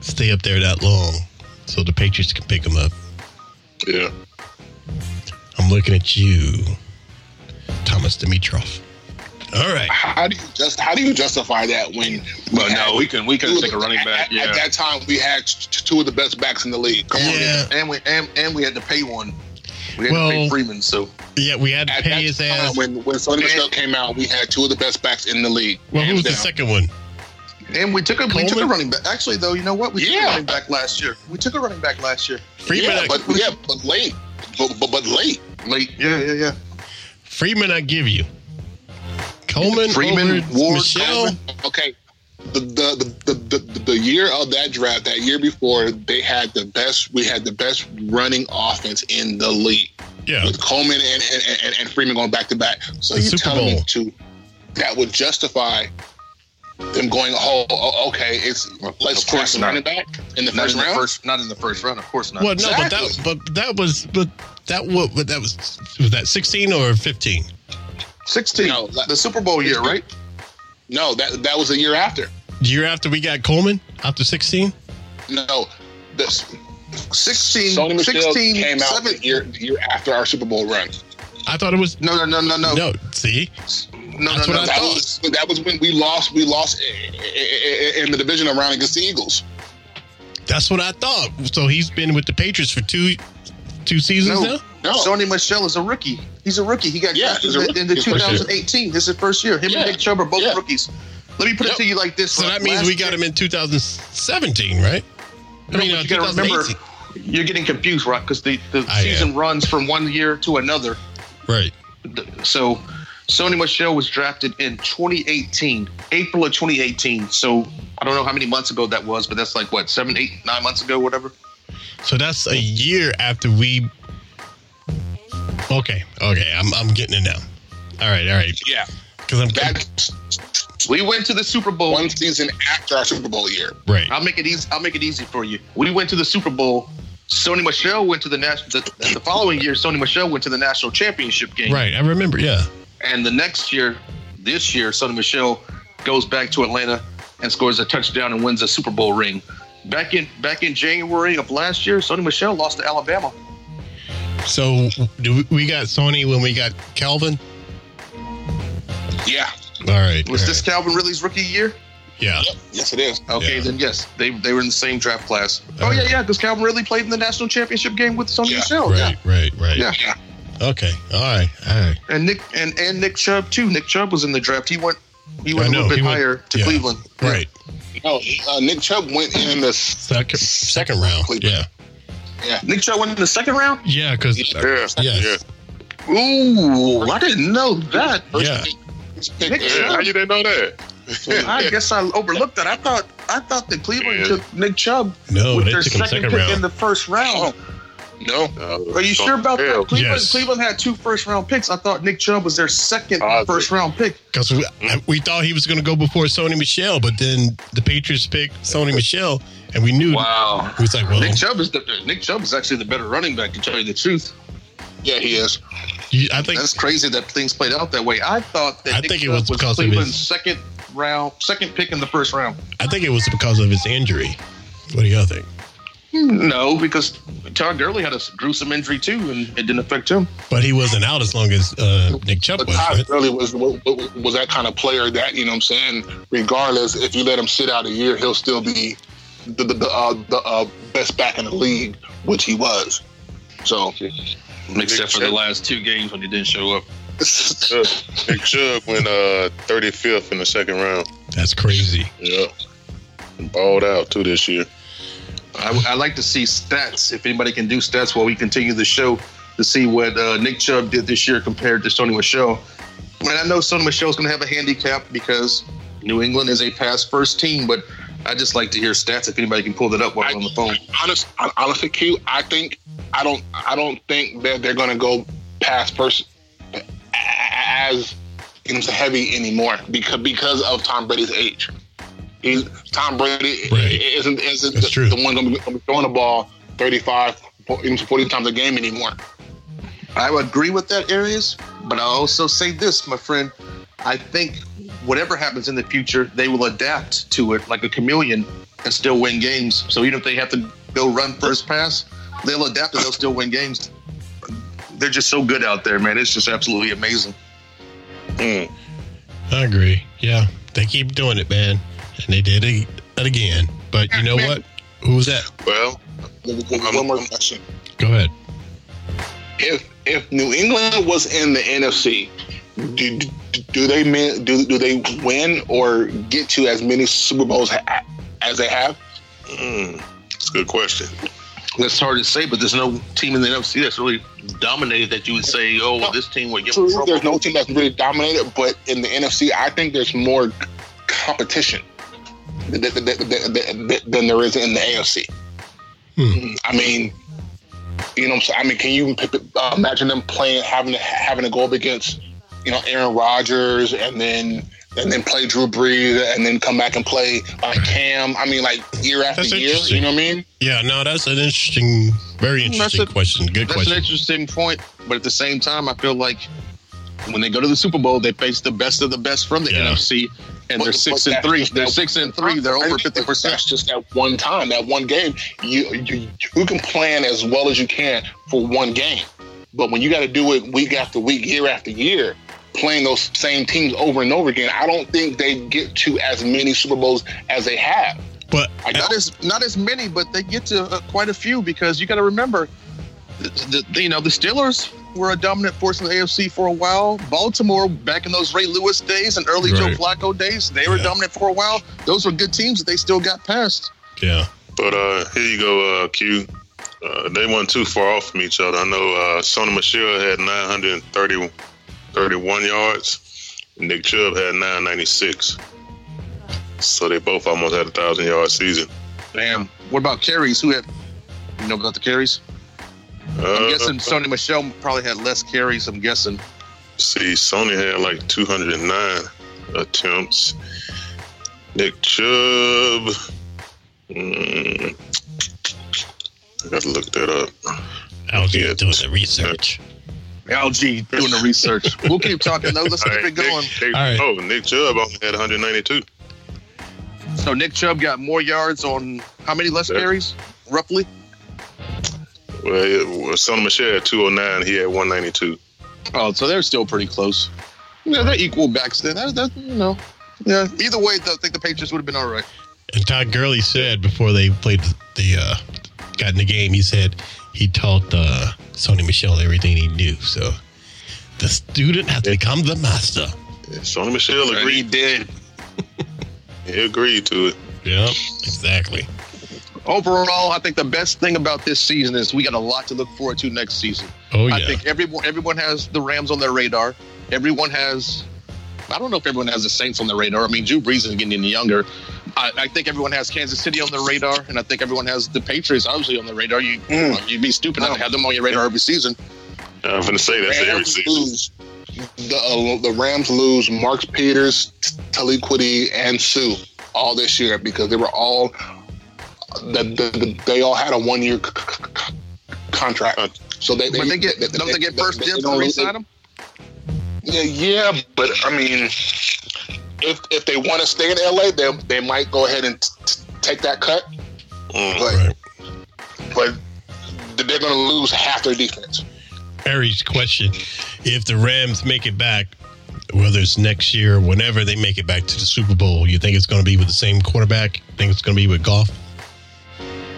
[SPEAKER 3] stay up there that long so the Patriots can pick him up.
[SPEAKER 4] Yeah,
[SPEAKER 3] I'm looking at you, Thomas Dimitrov. All right.
[SPEAKER 7] How do you just how do you justify that when?
[SPEAKER 2] Well, no, we can we couldn't take a running back.
[SPEAKER 7] At,
[SPEAKER 2] Yeah.
[SPEAKER 7] at that time, we had t- two of the best backs in the league. Come on,
[SPEAKER 3] Yeah.
[SPEAKER 2] And we and, and we had to pay one. We had
[SPEAKER 3] Well,
[SPEAKER 2] to pay Freeman, so
[SPEAKER 3] Yeah, we had to
[SPEAKER 7] at
[SPEAKER 3] pay
[SPEAKER 7] that
[SPEAKER 3] his
[SPEAKER 7] time,
[SPEAKER 3] ass.
[SPEAKER 7] when when Sonny Michelle came out, we had two of the best backs in the league.
[SPEAKER 3] Well, who was
[SPEAKER 7] Hands
[SPEAKER 3] the
[SPEAKER 7] down.
[SPEAKER 3] second one?
[SPEAKER 7] And we took a we took a running back. Actually, though, you know what? We took a running back last year. We took a running back last year.
[SPEAKER 3] Freeman,
[SPEAKER 7] yeah,
[SPEAKER 3] I-
[SPEAKER 7] but yeah, but late, but, but, but late, late. Yeah, yeah, yeah.
[SPEAKER 3] Freeman, I give you. Coleman,
[SPEAKER 7] Freeman,
[SPEAKER 3] Freeman,
[SPEAKER 7] Ward,
[SPEAKER 3] Michelle.
[SPEAKER 7] Coleman. Okay. The the, the, the, the the year of that draft, that year before, they had the best. We had the best running offense in the league
[SPEAKER 3] Yeah,
[SPEAKER 7] with Coleman and and, and, and Freeman going back to back. So
[SPEAKER 3] The
[SPEAKER 7] you
[SPEAKER 3] Super
[SPEAKER 7] telling me
[SPEAKER 3] Bowl.
[SPEAKER 7] to that would justify them going? Oh, oh, okay. It's let's
[SPEAKER 2] Of course
[SPEAKER 7] draft a
[SPEAKER 2] not.
[SPEAKER 7] running back in the
[SPEAKER 2] not
[SPEAKER 7] first
[SPEAKER 2] in
[SPEAKER 7] round.
[SPEAKER 2] the first, not in the first round, of course not.
[SPEAKER 3] Well, no,
[SPEAKER 7] Exactly.
[SPEAKER 3] but that but that was but that what but that was was that sixteen or fifteen?
[SPEAKER 7] Sixteen. No, the Super Bowl year, right? No, that that was the year after.
[SPEAKER 3] The year after we got Coleman after sixteen.
[SPEAKER 7] No, the
[SPEAKER 11] Sony
[SPEAKER 7] 16,
[SPEAKER 11] Michel
[SPEAKER 7] 16
[SPEAKER 11] came out
[SPEAKER 7] seven- year, the year after our Super Bowl run.
[SPEAKER 3] I thought it was
[SPEAKER 7] No, no, no, no, no, no,
[SPEAKER 3] no. See,
[SPEAKER 7] no,
[SPEAKER 3] that's
[SPEAKER 7] no.
[SPEAKER 3] what I
[SPEAKER 7] That
[SPEAKER 3] thought.
[SPEAKER 7] was that was when we lost. We lost i- i- i- in the division around against the Eagles.
[SPEAKER 3] That's what I thought. So he's been with the Patriots for two two seasons
[SPEAKER 2] No.
[SPEAKER 3] now.
[SPEAKER 7] No,
[SPEAKER 2] Sony Michelle is a rookie. He's a rookie. He got
[SPEAKER 7] Yeah,
[SPEAKER 2] drafted
[SPEAKER 7] he's a
[SPEAKER 2] in the- in the
[SPEAKER 7] rookie.
[SPEAKER 2] 2018. This is his first year. Him
[SPEAKER 7] Yeah.
[SPEAKER 2] and Nick Chubb are both
[SPEAKER 7] Yeah.
[SPEAKER 2] rookies. Let me put
[SPEAKER 7] Yep.
[SPEAKER 2] it to you like this.
[SPEAKER 3] So that means
[SPEAKER 2] Last
[SPEAKER 3] we got
[SPEAKER 2] year-
[SPEAKER 3] him in 2017, right? I mean,
[SPEAKER 2] No,
[SPEAKER 3] uh,
[SPEAKER 2] but you got to
[SPEAKER 3] 2018.
[SPEAKER 2] remember, you're getting confused, right? Because the, the
[SPEAKER 3] I uh, am.
[SPEAKER 2] season runs from one year to another.
[SPEAKER 3] right?
[SPEAKER 2] So Sony Michelle was drafted in 2018, April of 2018. So I don't know how many months ago that was, but that's like what seven, eight, nine months ago, whatever.
[SPEAKER 3] So that's a year after we. Okay, okay, I'm I'm getting it now. All right, all right,
[SPEAKER 7] yeah,
[SPEAKER 3] because I'm
[SPEAKER 7] that's
[SPEAKER 2] We went to the Super Bowl.
[SPEAKER 7] one season after our Super Bowl year.
[SPEAKER 3] right.
[SPEAKER 2] I'll make it easy. I'll make it easy for you. We went to the Super Bowl. Sony Michelle went to the national. The, the following year, Sony Michelle went to the national championship game.
[SPEAKER 3] Right, I remember. Yeah,
[SPEAKER 2] And the next year, this year, Sonny Michelle goes back to Atlanta and scores a touchdown and wins a Super Bowl ring. Back in back in January of last year, Sonny Michelle lost to Alabama.
[SPEAKER 3] so do we, we got Sony when we got Calvin.
[SPEAKER 7] Yeah,
[SPEAKER 3] All right,
[SPEAKER 2] Was
[SPEAKER 3] all
[SPEAKER 2] this
[SPEAKER 3] right.
[SPEAKER 2] Calvin Ridley's rookie year?
[SPEAKER 3] yeah?
[SPEAKER 7] yes, it is.
[SPEAKER 2] Okay,
[SPEAKER 3] Yeah.
[SPEAKER 2] then yes, they they were in the same draft class.
[SPEAKER 3] All
[SPEAKER 2] oh yeah,
[SPEAKER 3] right.
[SPEAKER 2] yeah, because Calvin Ridley played in the national championship game with Sonny
[SPEAKER 7] Yeah,
[SPEAKER 2] Michelle.
[SPEAKER 3] Right, right, right.
[SPEAKER 2] Oh, Yeah.
[SPEAKER 7] Yeah.
[SPEAKER 2] yeah,
[SPEAKER 3] Okay. All right. All right.
[SPEAKER 2] and Nick and and Nick Chubb too. Nick Chubb was in the draft. He went he
[SPEAKER 3] I
[SPEAKER 2] went a
[SPEAKER 3] know,
[SPEAKER 2] little bit
[SPEAKER 3] he went-
[SPEAKER 2] higher to
[SPEAKER 3] yeah.
[SPEAKER 2] Cleveland.
[SPEAKER 3] Right.
[SPEAKER 7] No, uh, Nick Chubb went in the
[SPEAKER 3] Second, second round. Yeah.
[SPEAKER 2] Nick Chubb went in the second round.
[SPEAKER 3] Yeah. Because
[SPEAKER 4] Yeah.
[SPEAKER 3] yes.
[SPEAKER 2] Ooh, I didn't know that.
[SPEAKER 3] Yeah.
[SPEAKER 7] pick.
[SPEAKER 2] Nick
[SPEAKER 4] Yeah. How
[SPEAKER 2] Chubb
[SPEAKER 4] you didn't know that?
[SPEAKER 2] I guess I overlooked that. I thought I thought that Cleveland
[SPEAKER 4] Yeah.
[SPEAKER 2] took Nick Chubb
[SPEAKER 3] No,
[SPEAKER 2] with
[SPEAKER 3] they
[SPEAKER 2] their
[SPEAKER 3] took him
[SPEAKER 2] second,
[SPEAKER 3] second
[SPEAKER 2] pick
[SPEAKER 3] round.
[SPEAKER 2] in the first round.
[SPEAKER 7] No,
[SPEAKER 4] Uh,
[SPEAKER 2] Are you sure about
[SPEAKER 4] hell.
[SPEAKER 2] that? Cleveland
[SPEAKER 3] Yes.
[SPEAKER 2] Cleveland had two first round picks. I thought Nick Chubb was their second
[SPEAKER 4] Oddly.
[SPEAKER 2] first round pick.
[SPEAKER 3] Because we, I- we thought he was going to go before Sony Michelle, but then the Patriots picked Sony Michelle, and we knew
[SPEAKER 2] Wow.
[SPEAKER 3] we was like, well,
[SPEAKER 2] Nick Chubb is the, Nick Chubb is actually the better running back to tell you the truth.
[SPEAKER 7] yeah, he is.
[SPEAKER 3] you, I think
[SPEAKER 2] That's crazy that things played out that way. I thought that
[SPEAKER 3] I
[SPEAKER 2] Nick
[SPEAKER 3] think it
[SPEAKER 2] Chubb
[SPEAKER 3] was because of his-
[SPEAKER 2] Cleveland's second round second pick in the first round.
[SPEAKER 3] I think it was because of his injury. What do y'all think?
[SPEAKER 2] No, because Todd Gurley had a gruesome injury too, and it didn't affect him.
[SPEAKER 3] But he wasn't out as long as uh, Nick Chubb
[SPEAKER 7] But
[SPEAKER 3] was.
[SPEAKER 7] Todd
[SPEAKER 3] Right?
[SPEAKER 7] Gurley was, was was that kind of player that you know what I'm saying. Regardless, if you let him sit out a year, he'll still be the the, the, uh, the uh, best back in the league, which he was. So
[SPEAKER 4] Except for the
[SPEAKER 2] last two games when he didn't show up.
[SPEAKER 4] Chubb. Nick Chubb went uh, 35th in the second round.
[SPEAKER 3] That's crazy.
[SPEAKER 4] Yeah. Balled out too this year.
[SPEAKER 2] I, I like to see stats. If anybody can do stats while we continue the show, to see what uh, Nick Chubb did this year compared to Sony Michelle. Man, I know Sony Michelle's going to have a handicap because New England is a pass-first team, but I just like to hear stats. If anybody can pull that up while I'm on the phone,
[SPEAKER 7] honest, hon- honestly, Q, I think I don't I don't think that they're gonna go past first a- a- as you know, heavy anymore because because of Tom Brady's age. He's Tom Brady i-
[SPEAKER 3] Right.
[SPEAKER 7] isn't isn't
[SPEAKER 3] That's true.
[SPEAKER 7] the, the one gonna be, gonna be throwing the ball 35, 40 40 times a game anymore.
[SPEAKER 2] I would agree with that, Arias. But I also say this, my friend. I think whatever happens in the future, they will adapt to it like a chameleon and still win games. So even if they have to go run first pass, they'll adapt and they'll still win games. They're just so good out there, man. It's just absolutely amazing.
[SPEAKER 3] I agree. Yeah, they keep doing it, man, and they did it again. But you know what? Who was that?
[SPEAKER 4] Well,
[SPEAKER 7] One more question.
[SPEAKER 3] Go ahead.
[SPEAKER 7] if if New England was in the NFC do, do they min, do, do they win or get to as many Super Bowls ha- as they have?
[SPEAKER 4] Mm, that's a good question.
[SPEAKER 2] That's hard to say, but there's no team in the NFC that's really dominated that you would say, oh, well, this team would give them
[SPEAKER 7] True,
[SPEAKER 2] trouble.
[SPEAKER 7] there's no team that's really dominated, but in the NFC, I think there's more competition than, than, than- than- than there is in the AFC. I mean, you know, what I'm saying? I mean, can you p- p- uh, imagine them playing, having to having to go up against, you know, Aaron Rodgers, and then and then play Drew Brees, and then come back and play like Cam. I mean, like year after
[SPEAKER 3] That's
[SPEAKER 7] year.
[SPEAKER 3] interesting.
[SPEAKER 7] You know what I mean?
[SPEAKER 3] Yeah, no, that's an interesting, very
[SPEAKER 2] That's
[SPEAKER 3] interesting
[SPEAKER 2] a-
[SPEAKER 3] question. Good
[SPEAKER 2] That's
[SPEAKER 3] question.
[SPEAKER 2] an interesting point, but at the same time, I feel like when they go to the Super Bowl, they face the best of the best from the NFC, and they're six and three. They're six and three. They're over fifty percent.
[SPEAKER 7] That's just that one time, that one game. You you you can plan as well as you can for one game, but when you got to do it week after week, year after year, playing those same teams over and over again, I don't think they get to as many Super Bowls as they have.
[SPEAKER 3] But
[SPEAKER 2] not as not as many, but they get to uh, quite a few because you got to remember, the, the, you know, the Steelers were a dominant force in the AFC for a while. Baltimore back in those Ray Lewis days and early
[SPEAKER 4] Right.
[SPEAKER 2] Joe Flacco days, they were dominant for a while. Those were good teams that they still got past.
[SPEAKER 3] Yeah.
[SPEAKER 4] But uh, here you go, uh, Q. Uh, they weren't too far off from each other. I know uh, Sonny Michelle had 930, 31 yards. and Nick Chubb had 996. So they both almost had a 1,000 yard season.
[SPEAKER 2] Damn. What about carries? Who had you know about the carries? I'm
[SPEAKER 4] Uh,
[SPEAKER 2] guessing Sony Michelle probably had less carries. I'm guessing.
[SPEAKER 4] See, Sony had like 209 attempts. Nick Chubb. mm, I gotta look that up.
[SPEAKER 3] Algae doing the research.
[SPEAKER 2] LG doing the research. We'll keep talking though. Let's keep it going.
[SPEAKER 4] Nick,
[SPEAKER 2] All right.
[SPEAKER 4] Oh, Nick Chubb only had 192.
[SPEAKER 2] So Nick Chubb got more yards on how many less carries, roughly?
[SPEAKER 4] Well, it was- Sonny Michelle had 209. He had 192.
[SPEAKER 2] Oh, so they're still pretty close. Yeah, they're equal backs. Then that, that you know, yeah. Either way, I think the Patriots would have been all right.
[SPEAKER 3] And Todd Gurley said before they played the uh, got in the game, he said he taught uh, Sony Michelle everything he knew. So the student has become the master.
[SPEAKER 4] Sonny Michelle agreed.
[SPEAKER 2] he did.
[SPEAKER 4] he agreed to it.
[SPEAKER 3] Yeah, exactly.
[SPEAKER 2] Overall, I think the best thing about this season is we got a lot to look forward to next season.
[SPEAKER 3] Oh,
[SPEAKER 2] I
[SPEAKER 3] yeah.
[SPEAKER 2] think everyone everyone has the Rams on their radar. Everyone has. I don't know if everyone has the Saints on their radar. I mean, Drew Brees is getting any younger. I, I think everyone has Kansas City on their radar, and I think everyone has the Patriots obviously on their radar. You you'd be stupid not to have them on your radar every season.
[SPEAKER 4] I'm going to say that's every
[SPEAKER 7] Rams
[SPEAKER 4] season.
[SPEAKER 7] lose. The, uh, the Rams lose Mark Peters, Talib Kweli, and Sue all this year because they were all the, the, the, they all had a one year c- c- c-
[SPEAKER 4] Uh,
[SPEAKER 7] contract. So they,
[SPEAKER 2] But they get- don't they get first dibs when they
[SPEAKER 7] don't-
[SPEAKER 2] sign 'em?
[SPEAKER 7] Yeah, yeah, but I mean, if if they want to stay in LA, they they might go ahead and t- t- take that cut.
[SPEAKER 4] Mm,
[SPEAKER 7] But but they're going to lose half their defense.
[SPEAKER 3] Barry's question: If the Rams make it back, whether it's next year or whenever they make it back to the Super Bowl, you think it's going to be with the same quarterback? Think it's going to be with Golf?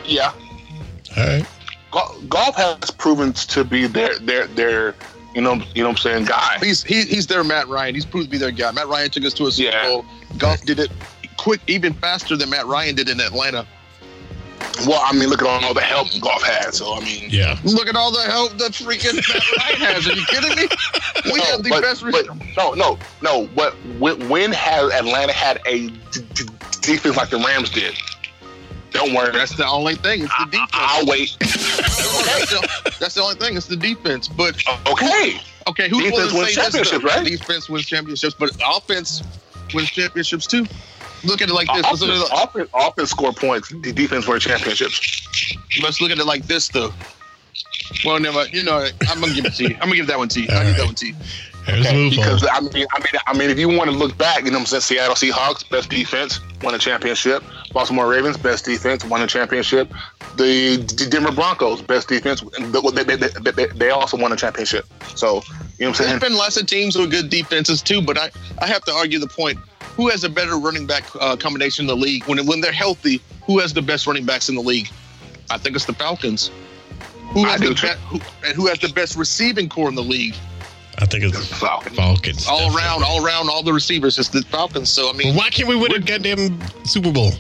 [SPEAKER 7] Yeah.
[SPEAKER 3] All right.
[SPEAKER 7] Go- golf has proven to be their their their you know you know what I'm saying guy.
[SPEAKER 2] He's he, he's their Matt Ryan. He's proved to be their guy. Matt Ryan took us to a Super Bowl. Golf did it quick, even faster than Matt Ryan did in Atlanta.
[SPEAKER 7] Well, I mean, look at all the help golf had. So I mean,
[SPEAKER 3] Yeah.
[SPEAKER 2] Look at all the help that freaking Matt Ryan has. Are you kidding me? We have the
[SPEAKER 7] but-
[SPEAKER 2] best. Re-
[SPEAKER 7] but no, no, no. What when, when has Atlanta had a d- d- defense like the Rams did? Don't worry,
[SPEAKER 2] that's the only thing. It's the defense.
[SPEAKER 7] I, will wait.
[SPEAKER 2] that's, the, that's the only thing. It's the defense. But
[SPEAKER 7] okay,
[SPEAKER 2] okay, who's
[SPEAKER 7] Defense
[SPEAKER 2] willing to
[SPEAKER 7] wins
[SPEAKER 2] say this stuff?
[SPEAKER 7] championships, right?
[SPEAKER 2] Defense wins championships, but offense wins championships too. Look at it like this. Let's
[SPEAKER 7] Offense,
[SPEAKER 2] look at it like-
[SPEAKER 7] offense, offense score points. The defense wins championships.
[SPEAKER 2] let's look at it like this though. Well, never. You know, I'm gonna give it to you. I'm gonna give that one to you. I'll give that one to you.
[SPEAKER 3] Let's move
[SPEAKER 7] Because I mean, I mean, I mean, if you want to look back, you know, what I'm saying Seattle Seahawks best defense won a championship. Baltimore Ravens best defense won a championship. The D- Denver Broncos best defense. They, they, they, they, they also won a championship. So you know what I'm
[SPEAKER 2] There's
[SPEAKER 7] saying.
[SPEAKER 2] been lots of teams with good defenses too, but I, I have to argue the point. Who has a better running back uh, combination in the league when when they're healthy? Who has the best running backs in the league? I think it's the Falcons. Who has the be- who, and who has the best receiving core in the league?
[SPEAKER 3] I think it's Falcons. Falcons.
[SPEAKER 2] all around, all around, all the receivers. It's the Falcons. So I mean,
[SPEAKER 3] why can't we win a goddamn Super Bowl?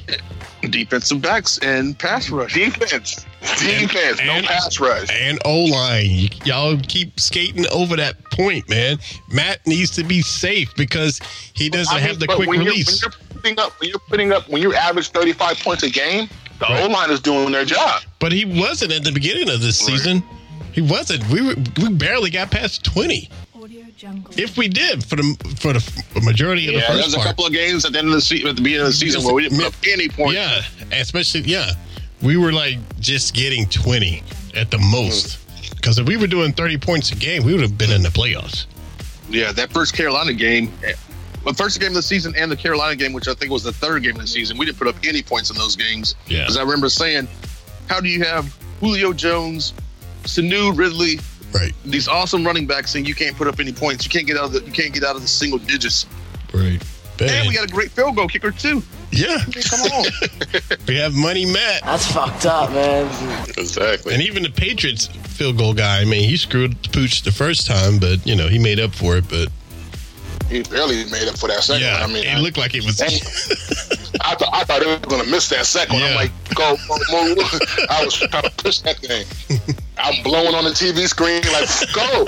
[SPEAKER 2] Defensive backs and pass rush.
[SPEAKER 7] Defense, defense,
[SPEAKER 3] And-
[SPEAKER 7] no pass rush.
[SPEAKER 3] And O line, y'all keep skating over that point, man. Matt needs to be safe because he doesn't
[SPEAKER 7] I mean,
[SPEAKER 3] have the
[SPEAKER 7] but
[SPEAKER 3] quick
[SPEAKER 7] when
[SPEAKER 3] release.
[SPEAKER 7] You're, when you're putting up, when you're putting up, when you average thirty five points a game, the
[SPEAKER 3] Right.
[SPEAKER 7] O line is doing their job.
[SPEAKER 3] But he wasn't at the beginning of this season. He wasn't. We were, we barely got past twenty. If we did for the for the majority of
[SPEAKER 12] Yeah,
[SPEAKER 3] the
[SPEAKER 12] there
[SPEAKER 3] first
[SPEAKER 12] was a
[SPEAKER 3] part.
[SPEAKER 12] couple of games at the end of the season, at the beginning of the season, where we didn't put up any points.
[SPEAKER 3] Yeah, especially yeah, we were like just getting twenty at the most. Because if we were doing thirty points a game, we would have been in the playoffs.
[SPEAKER 2] Yeah, that first Carolina game, eh, the first game of the season, and the Carolina game, which I think was the third game of the season, we didn't put up any points in those games.
[SPEAKER 3] Yeah.
[SPEAKER 2] because I remember saying, "How do you have Julio Jones, Sanu Ridley,
[SPEAKER 3] Right.
[SPEAKER 2] these awesome running backs, and you can't put up any points? You can't get out of the, you can't get out of the single digits."
[SPEAKER 3] Right.
[SPEAKER 2] And we got a great field goal kicker too.
[SPEAKER 3] yeah,
[SPEAKER 2] Come on,
[SPEAKER 3] we have money, Matt.
[SPEAKER 10] That's fucked up, man.
[SPEAKER 4] Exactly.
[SPEAKER 3] And even the Patriots field goal guy, I mean, he screwed the pooch the first time, but you know, he made up for it. But
[SPEAKER 7] He barely made up for that second.
[SPEAKER 3] yeah,
[SPEAKER 7] one. I mean,
[SPEAKER 3] it
[SPEAKER 7] I-
[SPEAKER 3] looked like it was.
[SPEAKER 7] I thought I thought they were gonna miss that second. one.
[SPEAKER 3] Yeah.
[SPEAKER 7] I'm like, go, go, move. I was trying to push that thing. I'm blowing on the TV screen like, go.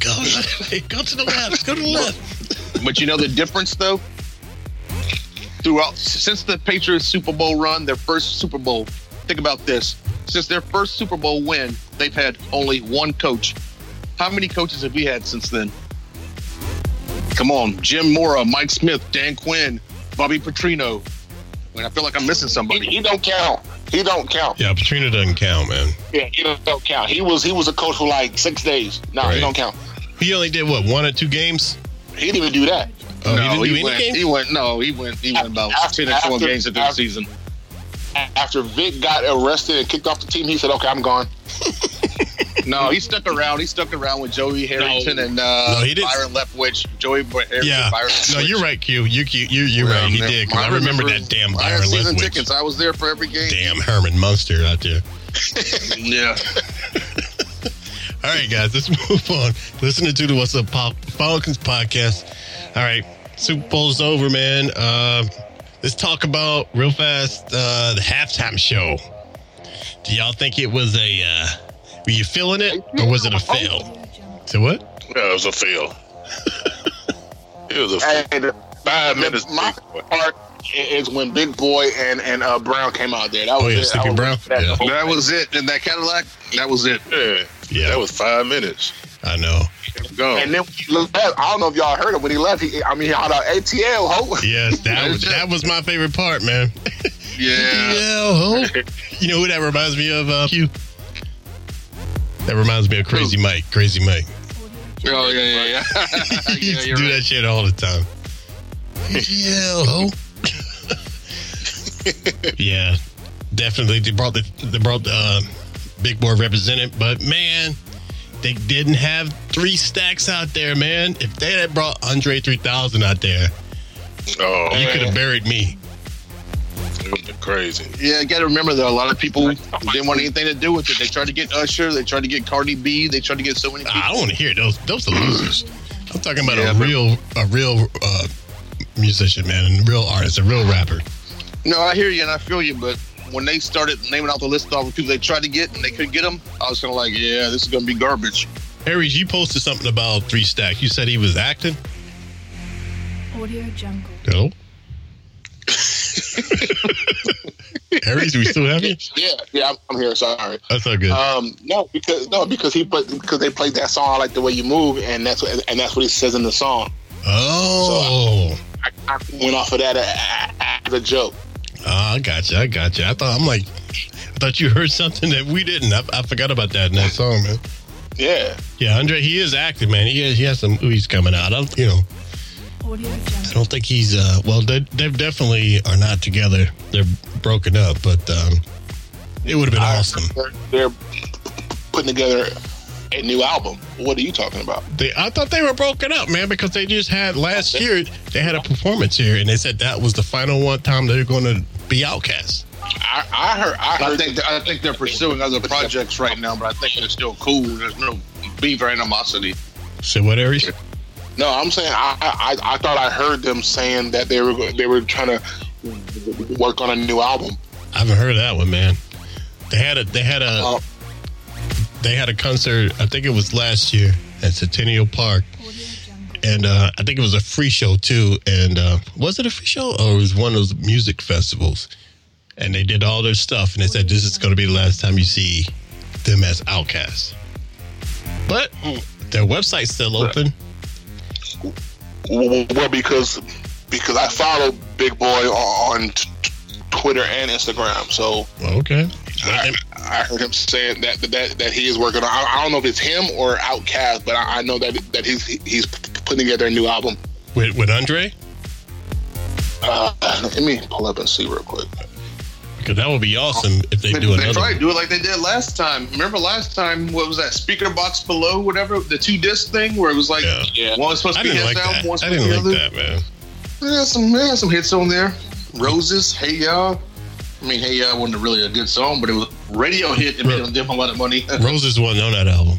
[SPEAKER 3] go, go to the left. Go to the left.
[SPEAKER 2] but you know the difference though. Throughout since the Patriots Super Bowl run, their first Super Bowl. Think about this: since their first Super Bowl win, they've had only one coach. How many coaches have we had since then? Come on, Jim Mora, Mike Smith, Dan Quinn, Bobby Petrino. I mean, I feel like I'm missing
[SPEAKER 7] He,
[SPEAKER 2] somebody.
[SPEAKER 7] he don't count. He don't count.
[SPEAKER 3] Yeah, Petrina doesn't count, man.
[SPEAKER 7] Yeah, he don't count. He was he was a coach for like six days. No,
[SPEAKER 3] Right.
[SPEAKER 7] he don't count.
[SPEAKER 3] He only did what one or two games.
[SPEAKER 7] He didn't even do that.
[SPEAKER 3] Oh, he didn't do any
[SPEAKER 2] went,
[SPEAKER 3] games?
[SPEAKER 2] he went. No, he went. He went about
[SPEAKER 7] After-
[SPEAKER 2] ten or twelve
[SPEAKER 7] after-
[SPEAKER 2] games into the
[SPEAKER 7] after-
[SPEAKER 2] season.
[SPEAKER 7] After Vic got arrested and kicked off the team, he said, "Okay, I'm gone."
[SPEAKER 2] No, he stuck around. He stuck around with Joey Harrington and uh,
[SPEAKER 3] No, he didn't.
[SPEAKER 2] Byron Leftwich. Joey Br- Harrington,
[SPEAKER 3] Yeah.
[SPEAKER 2] Byron
[SPEAKER 3] No,
[SPEAKER 2] Leftwich.
[SPEAKER 3] you're right, Q. You, you, you you're
[SPEAKER 2] Yeah,
[SPEAKER 3] right. He
[SPEAKER 2] man.
[SPEAKER 3] did because I, remember, that damn
[SPEAKER 2] I had
[SPEAKER 3] Byron
[SPEAKER 2] season
[SPEAKER 3] Leftwich.
[SPEAKER 2] tickets. I was there for every game.
[SPEAKER 3] Damn Herman Munster out there.
[SPEAKER 2] Yeah.
[SPEAKER 3] All right, guys, let's move on. Listening to the What's Up Pop Falcons podcast. All right, Super Bowl's over, man. Uh, let's talk about real fast uh, the halftime show. Do y'all think it was a? Uh, were you feeling it, or was it a fail? So what?
[SPEAKER 4] Yeah, it was a fail. it was a fail.
[SPEAKER 7] And
[SPEAKER 4] five minutes.
[SPEAKER 7] my part is when Big Boy and and uh, Brown came out there. That was
[SPEAKER 3] Oh yeah,
[SPEAKER 7] it.
[SPEAKER 3] Sleepy
[SPEAKER 7] I was-
[SPEAKER 3] Brown. Yeah,
[SPEAKER 2] That was it. And that Cadillac, that was it.
[SPEAKER 4] yeah,
[SPEAKER 3] Yeah.
[SPEAKER 4] that was five minutes.
[SPEAKER 3] I know.
[SPEAKER 2] Go.
[SPEAKER 7] And then when he left, I don't know if y'all heard him when he left. He, I mean, he out ATL, ho.
[SPEAKER 3] Yes, that was that was my favorite part, man.
[SPEAKER 2] yeah.
[SPEAKER 3] Yeah, ho. you know who that reminds me of? Uh, Q. That reminds me of Crazy Mike. Crazy Mike.
[SPEAKER 2] Oh, yeah, yeah, Oh, yeah.
[SPEAKER 3] he
[SPEAKER 2] yeah
[SPEAKER 3] used to
[SPEAKER 2] you're
[SPEAKER 3] do
[SPEAKER 2] right.
[SPEAKER 3] that shit all the time. yeah, ho. yeah, definitely. They brought the they brought the uh, big boy representative, but man, they didn't have three stacks out there, man. If they had brought Andre three thousand out there,
[SPEAKER 4] Oh,
[SPEAKER 3] you could have
[SPEAKER 4] man.
[SPEAKER 3] buried me.
[SPEAKER 4] It would've been crazy.
[SPEAKER 2] Yeah, you got to remember though. A lot of people didn't want anything to do with it. They tried to get Usher. They tried to get Cardi B. They tried to get so many people.
[SPEAKER 3] I don't want to hear those. Those are losers. I'm talking about
[SPEAKER 2] Yeah,
[SPEAKER 3] a
[SPEAKER 2] but-
[SPEAKER 3] real a real uh, musician, man, a real artist, a real rapper.
[SPEAKER 2] No, I hear you and I feel you, but when they started naming out the list of all the people they tried to get and they couldn't get them, I was kind of like, yeah, this is going to be garbage.
[SPEAKER 3] Aries, you posted something about Three Stack. You said he was acting.
[SPEAKER 13] Audio Jungle.
[SPEAKER 3] Hello? Aries, we still have you?
[SPEAKER 7] Yeah, yeah, I'm, I'm here. Sorry.
[SPEAKER 3] That's not good.
[SPEAKER 7] Um, no, because no, because he put because they played that song I like the way you move, and that's what and that's what he says in the song.
[SPEAKER 3] oh,
[SPEAKER 7] I, I went off of that uh, as a joke.
[SPEAKER 3] Ah, I got you. I got you. I thought I'm like, I thought you heard something that we didn't. I, I forgot about that in that song, man.
[SPEAKER 7] Yeah,
[SPEAKER 3] Yeah, Andre, he is acting, man. He has, he has some movies coming out. I don't, you know,
[SPEAKER 13] Audio
[SPEAKER 3] I
[SPEAKER 13] Jungle.
[SPEAKER 3] don't think he's. uh Well, they they definitely are not together. They're broken up, but um it would have been awesome.
[SPEAKER 7] they're, they're putting together a new album. What are you talking about?
[SPEAKER 3] They, I thought they were broken up, man, because they just had last year they had a performance here, and they said that was the final one time they were going to be outcast.
[SPEAKER 7] I, I heard. I
[SPEAKER 2] I
[SPEAKER 7] heard.
[SPEAKER 2] think I think they're pursuing other projects right now, but I think they're still cool. There's no beef or animosity.
[SPEAKER 3] Say what, Aries?
[SPEAKER 7] No, I'm saying I, I I thought I heard them saying that they were they were trying to work on a new album.
[SPEAKER 3] I haven't heard of that one, man. They had a they had a
[SPEAKER 2] Oh.
[SPEAKER 3] they had a concert. I think it was last year at Centennial Park, and uh, I think it was a free show too. And uh, was it a free show or it was one of those music festivals? And they did all their stuff, and they said this is going to be the last time you see them as Outcasts. But their website's still open.
[SPEAKER 7] Well, because because I follow Big Boy on t- Twitter and Instagram, so
[SPEAKER 3] Okay.
[SPEAKER 7] I, I heard him saying that that that he is working on. I, I don't know if it's him or Outcast, but I, I know that that he's he's putting together a new album.
[SPEAKER 3] With with Andre,
[SPEAKER 7] Uh, let me pull up and see real quick.
[SPEAKER 3] because that would be awesome if they do
[SPEAKER 2] They
[SPEAKER 3] another.
[SPEAKER 2] probably
[SPEAKER 3] one.
[SPEAKER 2] do it like they did last time. Remember last time? What was that? Speaker box below, whatever the two disc thing, where it was like
[SPEAKER 3] Yeah.
[SPEAKER 2] one was supposed
[SPEAKER 3] I
[SPEAKER 2] to be
[SPEAKER 3] didn't
[SPEAKER 2] his
[SPEAKER 3] like
[SPEAKER 2] album,
[SPEAKER 3] that.
[SPEAKER 2] one's
[SPEAKER 3] I
[SPEAKER 2] supposed to be the
[SPEAKER 3] didn't
[SPEAKER 2] other.
[SPEAKER 3] like that, man.
[SPEAKER 2] There's some there's some hits on there. Roses, Hey Y'all. I mean, Hey Y'all wasn't really a good song, but it was a radio hit and made them a lot of money.
[SPEAKER 3] Roses wasn't on that album.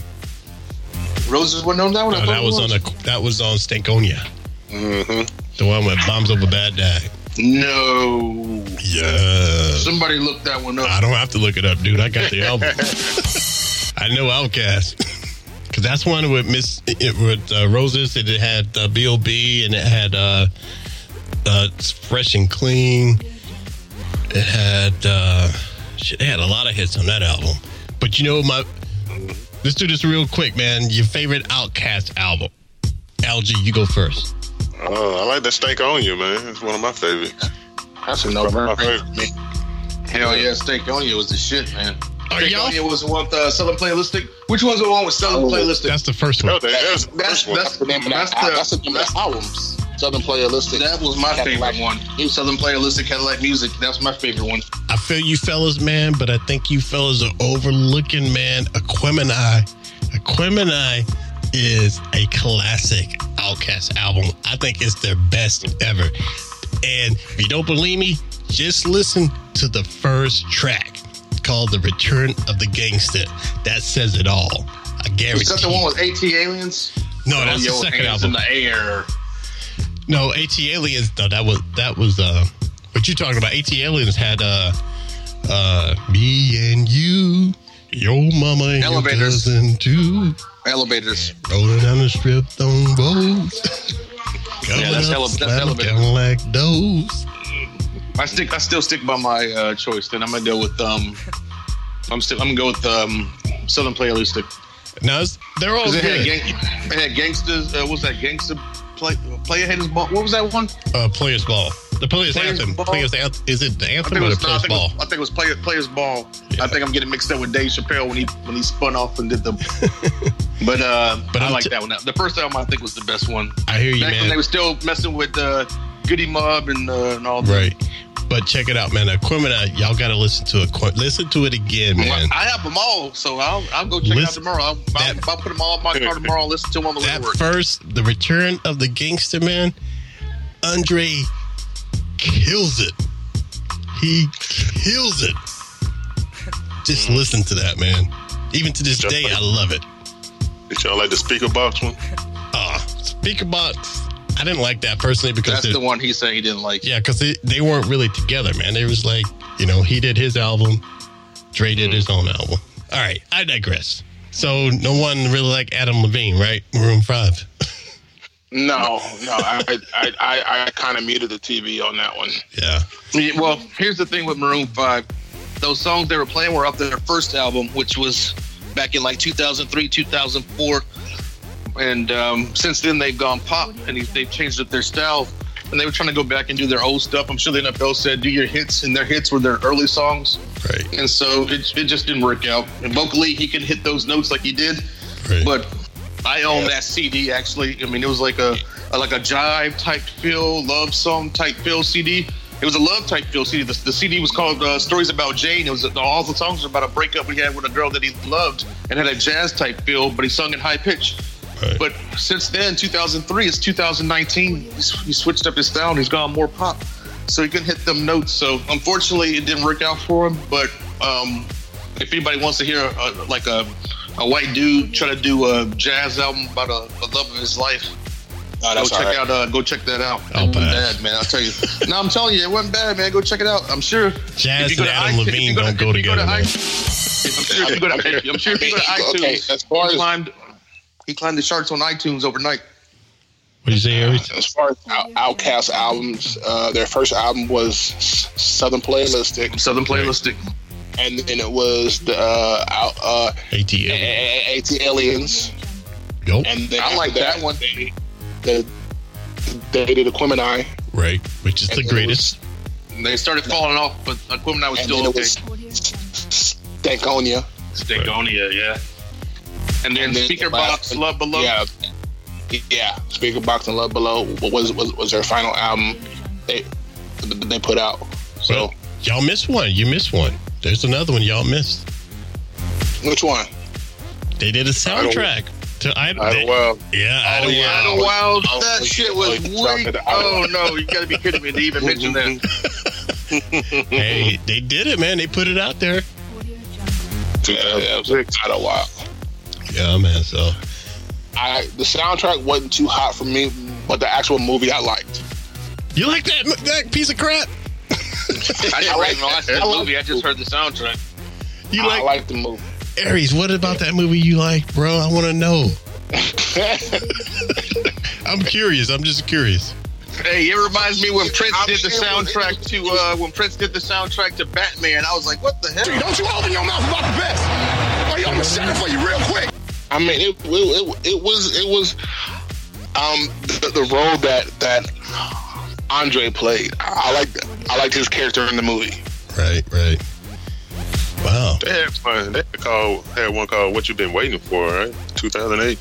[SPEAKER 2] Roses wasn't on that one. I
[SPEAKER 3] No,
[SPEAKER 2] thought
[SPEAKER 3] that
[SPEAKER 2] it
[SPEAKER 3] was on a that was on Stankonia. The one with bombs over Baghdad.
[SPEAKER 2] No.
[SPEAKER 3] Yeah.
[SPEAKER 2] Somebody looked that one up.
[SPEAKER 3] I don't have to look it up, dude. I got the album. I know Outcast. Cause that's one with Miss it, with uh, Roses. and It had uh, B.O.B. and it had uh, uh, Fresh and Clean. It had uh, shit. They had a lot of hits on that album. But you know, my let's do this real quick, man. Your favorite Outcast album? Algie, you go first.
[SPEAKER 4] Oh, I like that stank on you, man. It's one of my favorites.
[SPEAKER 2] That's a no Hell yeah, Stankonia was the shit, man.
[SPEAKER 3] Are y'all- Oh,
[SPEAKER 2] Stankonia was the one with uh, Southern Playlistic. Which one's the one with Southern Playlistic?
[SPEAKER 3] That's the first one.
[SPEAKER 2] That's that's that's the name of that. That's the name of that album. Southern Playalistic. That was my favorite one. Southern Playalistic Cadillac Music. That's my favorite one.
[SPEAKER 3] I feel you fellas, man, but I think you fellas are overlooking, man. Aquemini. Aquemini is a classic Outcast album. I think it's their best ever. And if you don't believe me, just listen to the first track called The Return of the Gangsta. That says it all. I guarantee.
[SPEAKER 2] Is that the one with AT Aliens?
[SPEAKER 3] No, Oh, that's the
[SPEAKER 2] yo,
[SPEAKER 3] second
[SPEAKER 2] hands
[SPEAKER 3] album.
[SPEAKER 2] In the air.
[SPEAKER 3] No, AT Aliens. No, that was that was uh, what you talking about? AT Aliens had uh, uh, me and you, your mama and
[SPEAKER 2] Elevators.
[SPEAKER 3] your cousin too,
[SPEAKER 2] Elevators.
[SPEAKER 3] rolling down the strip on roads. Coming
[SPEAKER 2] that's
[SPEAKER 3] up,
[SPEAKER 2] ele- that's
[SPEAKER 3] slamming
[SPEAKER 2] elevators.
[SPEAKER 3] down like those.
[SPEAKER 2] I stick. I still stick by my uh, choice. Then I'm gonna go with um. I'm still. I'm gonna go with um. Southern Playalistic.
[SPEAKER 3] Now it's, they're all
[SPEAKER 2] 'Cause it
[SPEAKER 3] Oh, good.
[SPEAKER 2] had, gang- it had gangsters. Uh, what's that gangster play? Player haters ball. What was that one?
[SPEAKER 3] uh, players ball. The players,
[SPEAKER 2] Players
[SPEAKER 3] anthem.
[SPEAKER 2] Ball?
[SPEAKER 3] Players anthem. Is it the
[SPEAKER 2] I
[SPEAKER 3] anthem
[SPEAKER 2] think it
[SPEAKER 3] or the
[SPEAKER 2] was. no, I
[SPEAKER 3] players
[SPEAKER 2] think it
[SPEAKER 3] ball?
[SPEAKER 2] was, I think it was player, players ball. I think I'm getting mixed up with Dave Chappelle when he when he spun off and did the. but uh,
[SPEAKER 3] But
[SPEAKER 2] I
[SPEAKER 3] I'm
[SPEAKER 2] like
[SPEAKER 3] t-
[SPEAKER 2] that one. The first album I think was the best one.
[SPEAKER 3] I hear you,
[SPEAKER 2] Back when
[SPEAKER 3] man.
[SPEAKER 2] they were still messing with uh, Goody Mob and uh, and all. that.
[SPEAKER 3] Right. But check it out, man. Aquemini, y'all got to listen to it. Listen to it again, man.
[SPEAKER 2] I have them all, so I'll, I'll go check it out
[SPEAKER 3] Listen-
[SPEAKER 2] tomorrow. I'll, I'll, I'll put them all in my car tomorrow. and Listen to them on the way to
[SPEAKER 3] that
[SPEAKER 2] work.
[SPEAKER 3] first, the return of the gangster man, Andre kills it. He kills it. Just
[SPEAKER 2] Mm.
[SPEAKER 3] listen to that, man. Even to this day, I love it.
[SPEAKER 4] Did y'all like the speaker box one?
[SPEAKER 3] Ah, speaker box. I didn't like that personally because
[SPEAKER 2] That's
[SPEAKER 3] it-
[SPEAKER 2] the one he said he didn't like.
[SPEAKER 3] yeah, because they, they weren't really together, man. They was like, you know, he did his album, Dre
[SPEAKER 2] Mm.
[SPEAKER 3] did his own album. All right, I digress. So no one really liked Adam Levine, right? Room Five.
[SPEAKER 7] No, no, I I I, I kind of muted the TV on that one.
[SPEAKER 3] Yeah.
[SPEAKER 2] Yeah, Well, here's the thing with Maroon Five: those songs they were playing were off their first album, which was back in like 2003, 2004. And um, since then, they've gone pop and they- they've changed up their style. And they were trying to go back and do their old stuff. I'm sure the NFL said, "Do your hits," and their hits were their early songs.
[SPEAKER 3] Right.
[SPEAKER 2] And so it, it just didn't work out. And vocally, he can hit those notes like he did,
[SPEAKER 3] Right.
[SPEAKER 2] but I own that CD actually. I mean, it was like a, a- like a jive type feel, love song type feel CD. It was a love type feel CD. The, the CD was called uh, "Stories About Jane." It was all the songs were about a breakup he had with a girl that he loved, and had a jazz type feel, but he sung in high pitch. But since then, 2003, it's 2019. He's, he switched up his style. and He's gone more pop, so he can hit them notes. So unfortunately, it didn't work out for him. But um, if anybody wants to hear uh, like a a white dude try to do a jazz album about a, a love of his life.
[SPEAKER 7] Oh, that's
[SPEAKER 2] go check
[SPEAKER 7] all right.
[SPEAKER 2] out. Uh, go check that out.
[SPEAKER 3] I'll
[SPEAKER 2] it wasn't
[SPEAKER 3] pass.
[SPEAKER 2] bad, man. I'll tell you. no, I'm telling you, it wasn't bad, man. Go check it out. I'm sure.
[SPEAKER 3] Jazz
[SPEAKER 2] if you
[SPEAKER 3] and
[SPEAKER 2] go to
[SPEAKER 3] Adam
[SPEAKER 2] iTunes- if
[SPEAKER 3] Levine
[SPEAKER 2] you go to-
[SPEAKER 3] don't go
[SPEAKER 2] if you go to
[SPEAKER 3] together. man.
[SPEAKER 2] iTunes- if- I'm sure if you go to iTunes- I'm sure if you go to
[SPEAKER 7] Okay,
[SPEAKER 2] iTunes,
[SPEAKER 7] as far
[SPEAKER 2] he
[SPEAKER 7] as-
[SPEAKER 2] climbed, he climbed the charts on iTunes overnight.
[SPEAKER 3] What do you say, Aries?
[SPEAKER 7] As far as Out- Outcast albums, uh, their first album was Southern Playlistic.
[SPEAKER 2] Southern Playlistic.
[SPEAKER 7] And then it was the uh, out, uh,
[SPEAKER 3] AT
[SPEAKER 7] A- A- A- AT Aliens.
[SPEAKER 3] Nope.
[SPEAKER 7] And then
[SPEAKER 2] I like
[SPEAKER 7] after
[SPEAKER 2] that one.
[SPEAKER 7] They, they, they did Aquemini.
[SPEAKER 3] Right, which is the
[SPEAKER 7] And it
[SPEAKER 3] greatest.
[SPEAKER 2] They started falling off, but Aquemini was
[SPEAKER 7] And
[SPEAKER 2] still
[SPEAKER 7] then it
[SPEAKER 2] okay.
[SPEAKER 7] was Stankonia.
[SPEAKER 2] Stankonia, yeah. And then
[SPEAKER 7] And then
[SPEAKER 2] Speaker
[SPEAKER 7] the last-
[SPEAKER 2] Box, Love Below.
[SPEAKER 7] Yeah, yeah. Speaker Box and Love Below was was, was their final album they they put out. So
[SPEAKER 3] Well, y'all missed one. You missed one. There's another one y'all missed.
[SPEAKER 7] which one?
[SPEAKER 3] They did a
[SPEAKER 7] don't-
[SPEAKER 3] soundtrack to I,
[SPEAKER 4] Idle Wild.
[SPEAKER 3] Yeah, Idlewild.
[SPEAKER 2] Idle Wild,
[SPEAKER 7] Oh,
[SPEAKER 2] that
[SPEAKER 7] yeah.
[SPEAKER 2] shit was
[SPEAKER 7] Oh, yeah.
[SPEAKER 2] weak. Oh no, you gotta be kidding me to even mention that.
[SPEAKER 3] Hey, they did it, man. They put it out there.
[SPEAKER 7] Yeah, yeah, it was out a while.
[SPEAKER 3] Yeah, man. So
[SPEAKER 7] I the soundtrack wasn't too hot for me, but the actual movie I liked.
[SPEAKER 3] you like that that piece of crap?
[SPEAKER 14] I didn't even watch that
[SPEAKER 7] I like-
[SPEAKER 14] movie. I just heard the soundtrack.
[SPEAKER 3] You
[SPEAKER 7] I
[SPEAKER 3] like
[SPEAKER 7] liked the movie.
[SPEAKER 3] Aries? What about that movie you like, bro? I want to know. I'm curious. I'm just curious.
[SPEAKER 2] Hey, it reminds me when Prince
[SPEAKER 7] I'm
[SPEAKER 2] did the
[SPEAKER 7] sure it was-
[SPEAKER 2] soundtrack to uh, when Prince did the soundtrack to Batman. I was like, what the hell?
[SPEAKER 6] Don't you open your mouth about the best. Or you, I'm gonna shut it for you real quick.
[SPEAKER 7] I mean, it, it, it, it was it was um the, the role that that Andre played. I, I liked I liked his character in the movie.
[SPEAKER 3] Right, right. Wow.
[SPEAKER 4] They had fun. They had, called, had one called "What You Been Waiting For," right? 2008.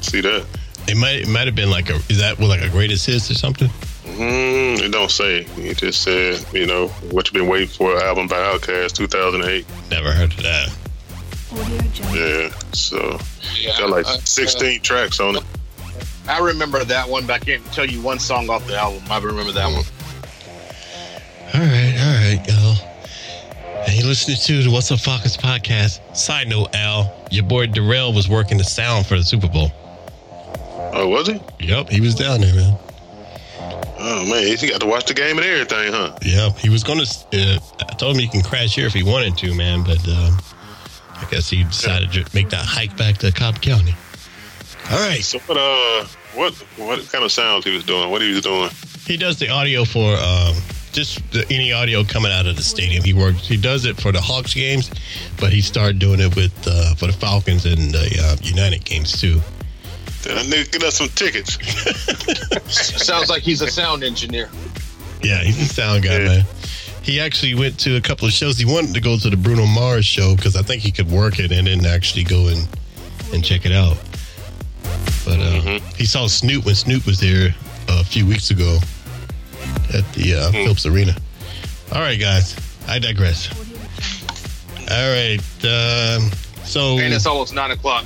[SPEAKER 4] See that?
[SPEAKER 3] It might it might have been like a is that well, like a greatest hits or something?
[SPEAKER 4] Mm, it don't say. It just said, you know, what you been waiting for? Album by Outkast, 2008.
[SPEAKER 3] Never heard of that.
[SPEAKER 10] Audio Jungle.
[SPEAKER 4] Yeah. So
[SPEAKER 2] Yeah,
[SPEAKER 4] got like
[SPEAKER 2] uh,
[SPEAKER 4] 16 tracks on it.
[SPEAKER 2] I remember that one, but I can't tell you one song off the album. I remember that one.
[SPEAKER 3] All right, all right, y'all. And you listening to the What's Up Falcons podcast. Side note, Al, your boy Darrell was working the sound for the Super Bowl.
[SPEAKER 4] Oh, was he?
[SPEAKER 3] Yep, he was down there, man.
[SPEAKER 4] Oh man, he got to watch the game and everything, huh?
[SPEAKER 3] Yeah, he was gonna. Uh, I told him he can crash here if he wanted to, man. But um, I guess he decided to make that hike back to Cobb County. All right,
[SPEAKER 4] So what? Uh, what what kind of sounds he was doing? What he was doing?
[SPEAKER 3] he does the audio for um, just the, any audio coming out of the stadium. He works. He does it for the Hawks games, but he started doing it with uh, for the Falcons and the uh, United games too.
[SPEAKER 4] Did that nigga get us some tickets?
[SPEAKER 2] Sounds like he's a sound engineer.
[SPEAKER 3] Yeah, he's a sound guy,
[SPEAKER 4] Yeah.
[SPEAKER 3] man. He actually went to a couple of shows. He wanted to go to the Bruno Mars show because I think he could work it and then actually go and and check it out. But uh, he saw Snoop when Snoop was there a few weeks ago at the uh, Phillips Arena. All right, guys, I digress. All right, um, so
[SPEAKER 2] And it's almost nine o'clock.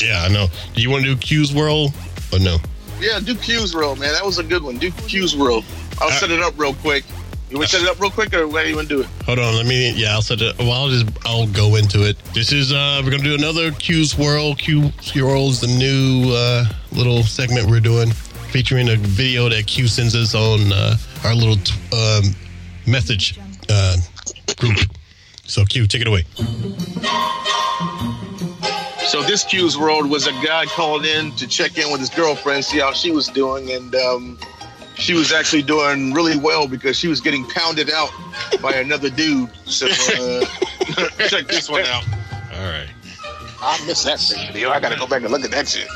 [SPEAKER 3] yeah, I know. Do you want to do Q's World or no?
[SPEAKER 2] Yeah, do Q's World, man. That was a good one. Do Q's World. I'll set it up real quick. You want to set it up real quick, or what do you want to do it?
[SPEAKER 3] Hold on, let me. Yeah, I'll set it. Well, I'll just. I'll go into it. This is. uh We're gonna do another Q swirl. Q swirl is the new uh little segment we're doing, featuring a video that Q sends us on uh, our little t- um, message uh, group. So Q, take it away.
[SPEAKER 2] So this Q's World was a guy called in to check in with his girlfriend, see how she was doing, and um, she was actually doing really well because she was getting pounded out by another dude. So uh, check this one out.
[SPEAKER 3] All right.
[SPEAKER 7] I missed that video. I gotta go back and look at that shit.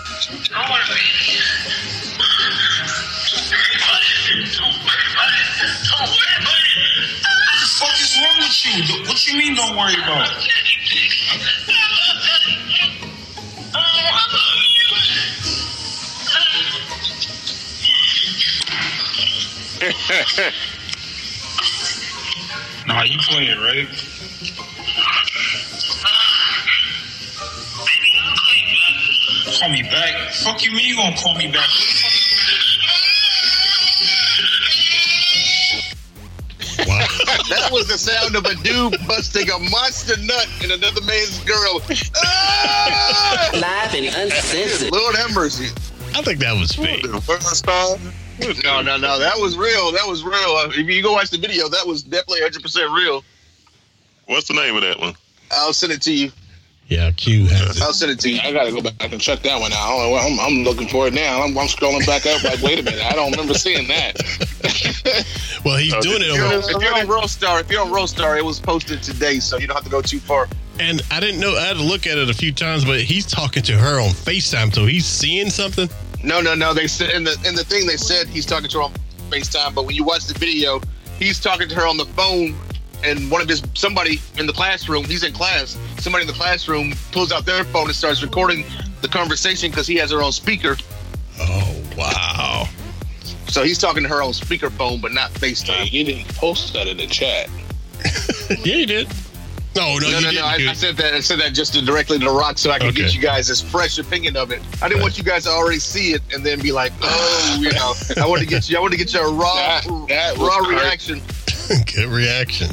[SPEAKER 5] fuck is wrong with you? What you mean don't worry about it? Nah, you playing, right? Call me back. Fuck you mean you gonna call me back?
[SPEAKER 3] Wow.
[SPEAKER 2] That was the sound of a dude busting a monster nut in another man's girl. Ah!
[SPEAKER 10] Live and uncensored.
[SPEAKER 2] Lord have mercy.
[SPEAKER 3] I think that was fake.
[SPEAKER 2] No, no, no. That was real. That was real. Uh, If you go watch the video, that was definitely 100% real.
[SPEAKER 4] What's the name of that one?
[SPEAKER 2] I'll send it to you.
[SPEAKER 3] Yeah, Q has it.
[SPEAKER 2] I'll send it to you.
[SPEAKER 7] I gotta go back and check that one out. I don't know, I'm, I'm looking for it now. I'm, I'm scrolling back up. Like, wait a minute, I don't remember seeing that.
[SPEAKER 3] Well, he's doing it on.
[SPEAKER 2] If you're on Roll Star, if you're on Roll Star, it was posted today, so you don't have to go too far.
[SPEAKER 3] And I didn't know. I had to look at it a few times, but he's talking to her on FaceTime, so he's seeing something.
[SPEAKER 2] No, no, no. They said in the in the thing they said he's talking to her on FaceTime, but when you watch the video, he's talking to her on the phone, and one of his somebody in the classroom, he's in class. Somebody in the classroom pulls out their phone and starts recording the conversation because he has her on speaker.
[SPEAKER 3] Oh wow!
[SPEAKER 2] So he's talking to her on speakerphone, but not FaceTime.
[SPEAKER 7] you didn't post that in the chat.
[SPEAKER 3] yeah, you did. No, no,
[SPEAKER 2] No,
[SPEAKER 3] you
[SPEAKER 2] no,
[SPEAKER 3] didn't.
[SPEAKER 2] no. I,
[SPEAKER 3] Q.
[SPEAKER 2] I said that. I said that just to directly to Rock, so I could
[SPEAKER 3] Okay.
[SPEAKER 2] get you guys this fresh opinion of it. I didn't want you guys to already see it and then be like, "Oh, you know." I wanted to get you. I wanted to get your raw,
[SPEAKER 7] That- that was
[SPEAKER 2] raw
[SPEAKER 7] hurt.
[SPEAKER 2] reaction.
[SPEAKER 3] Good reaction.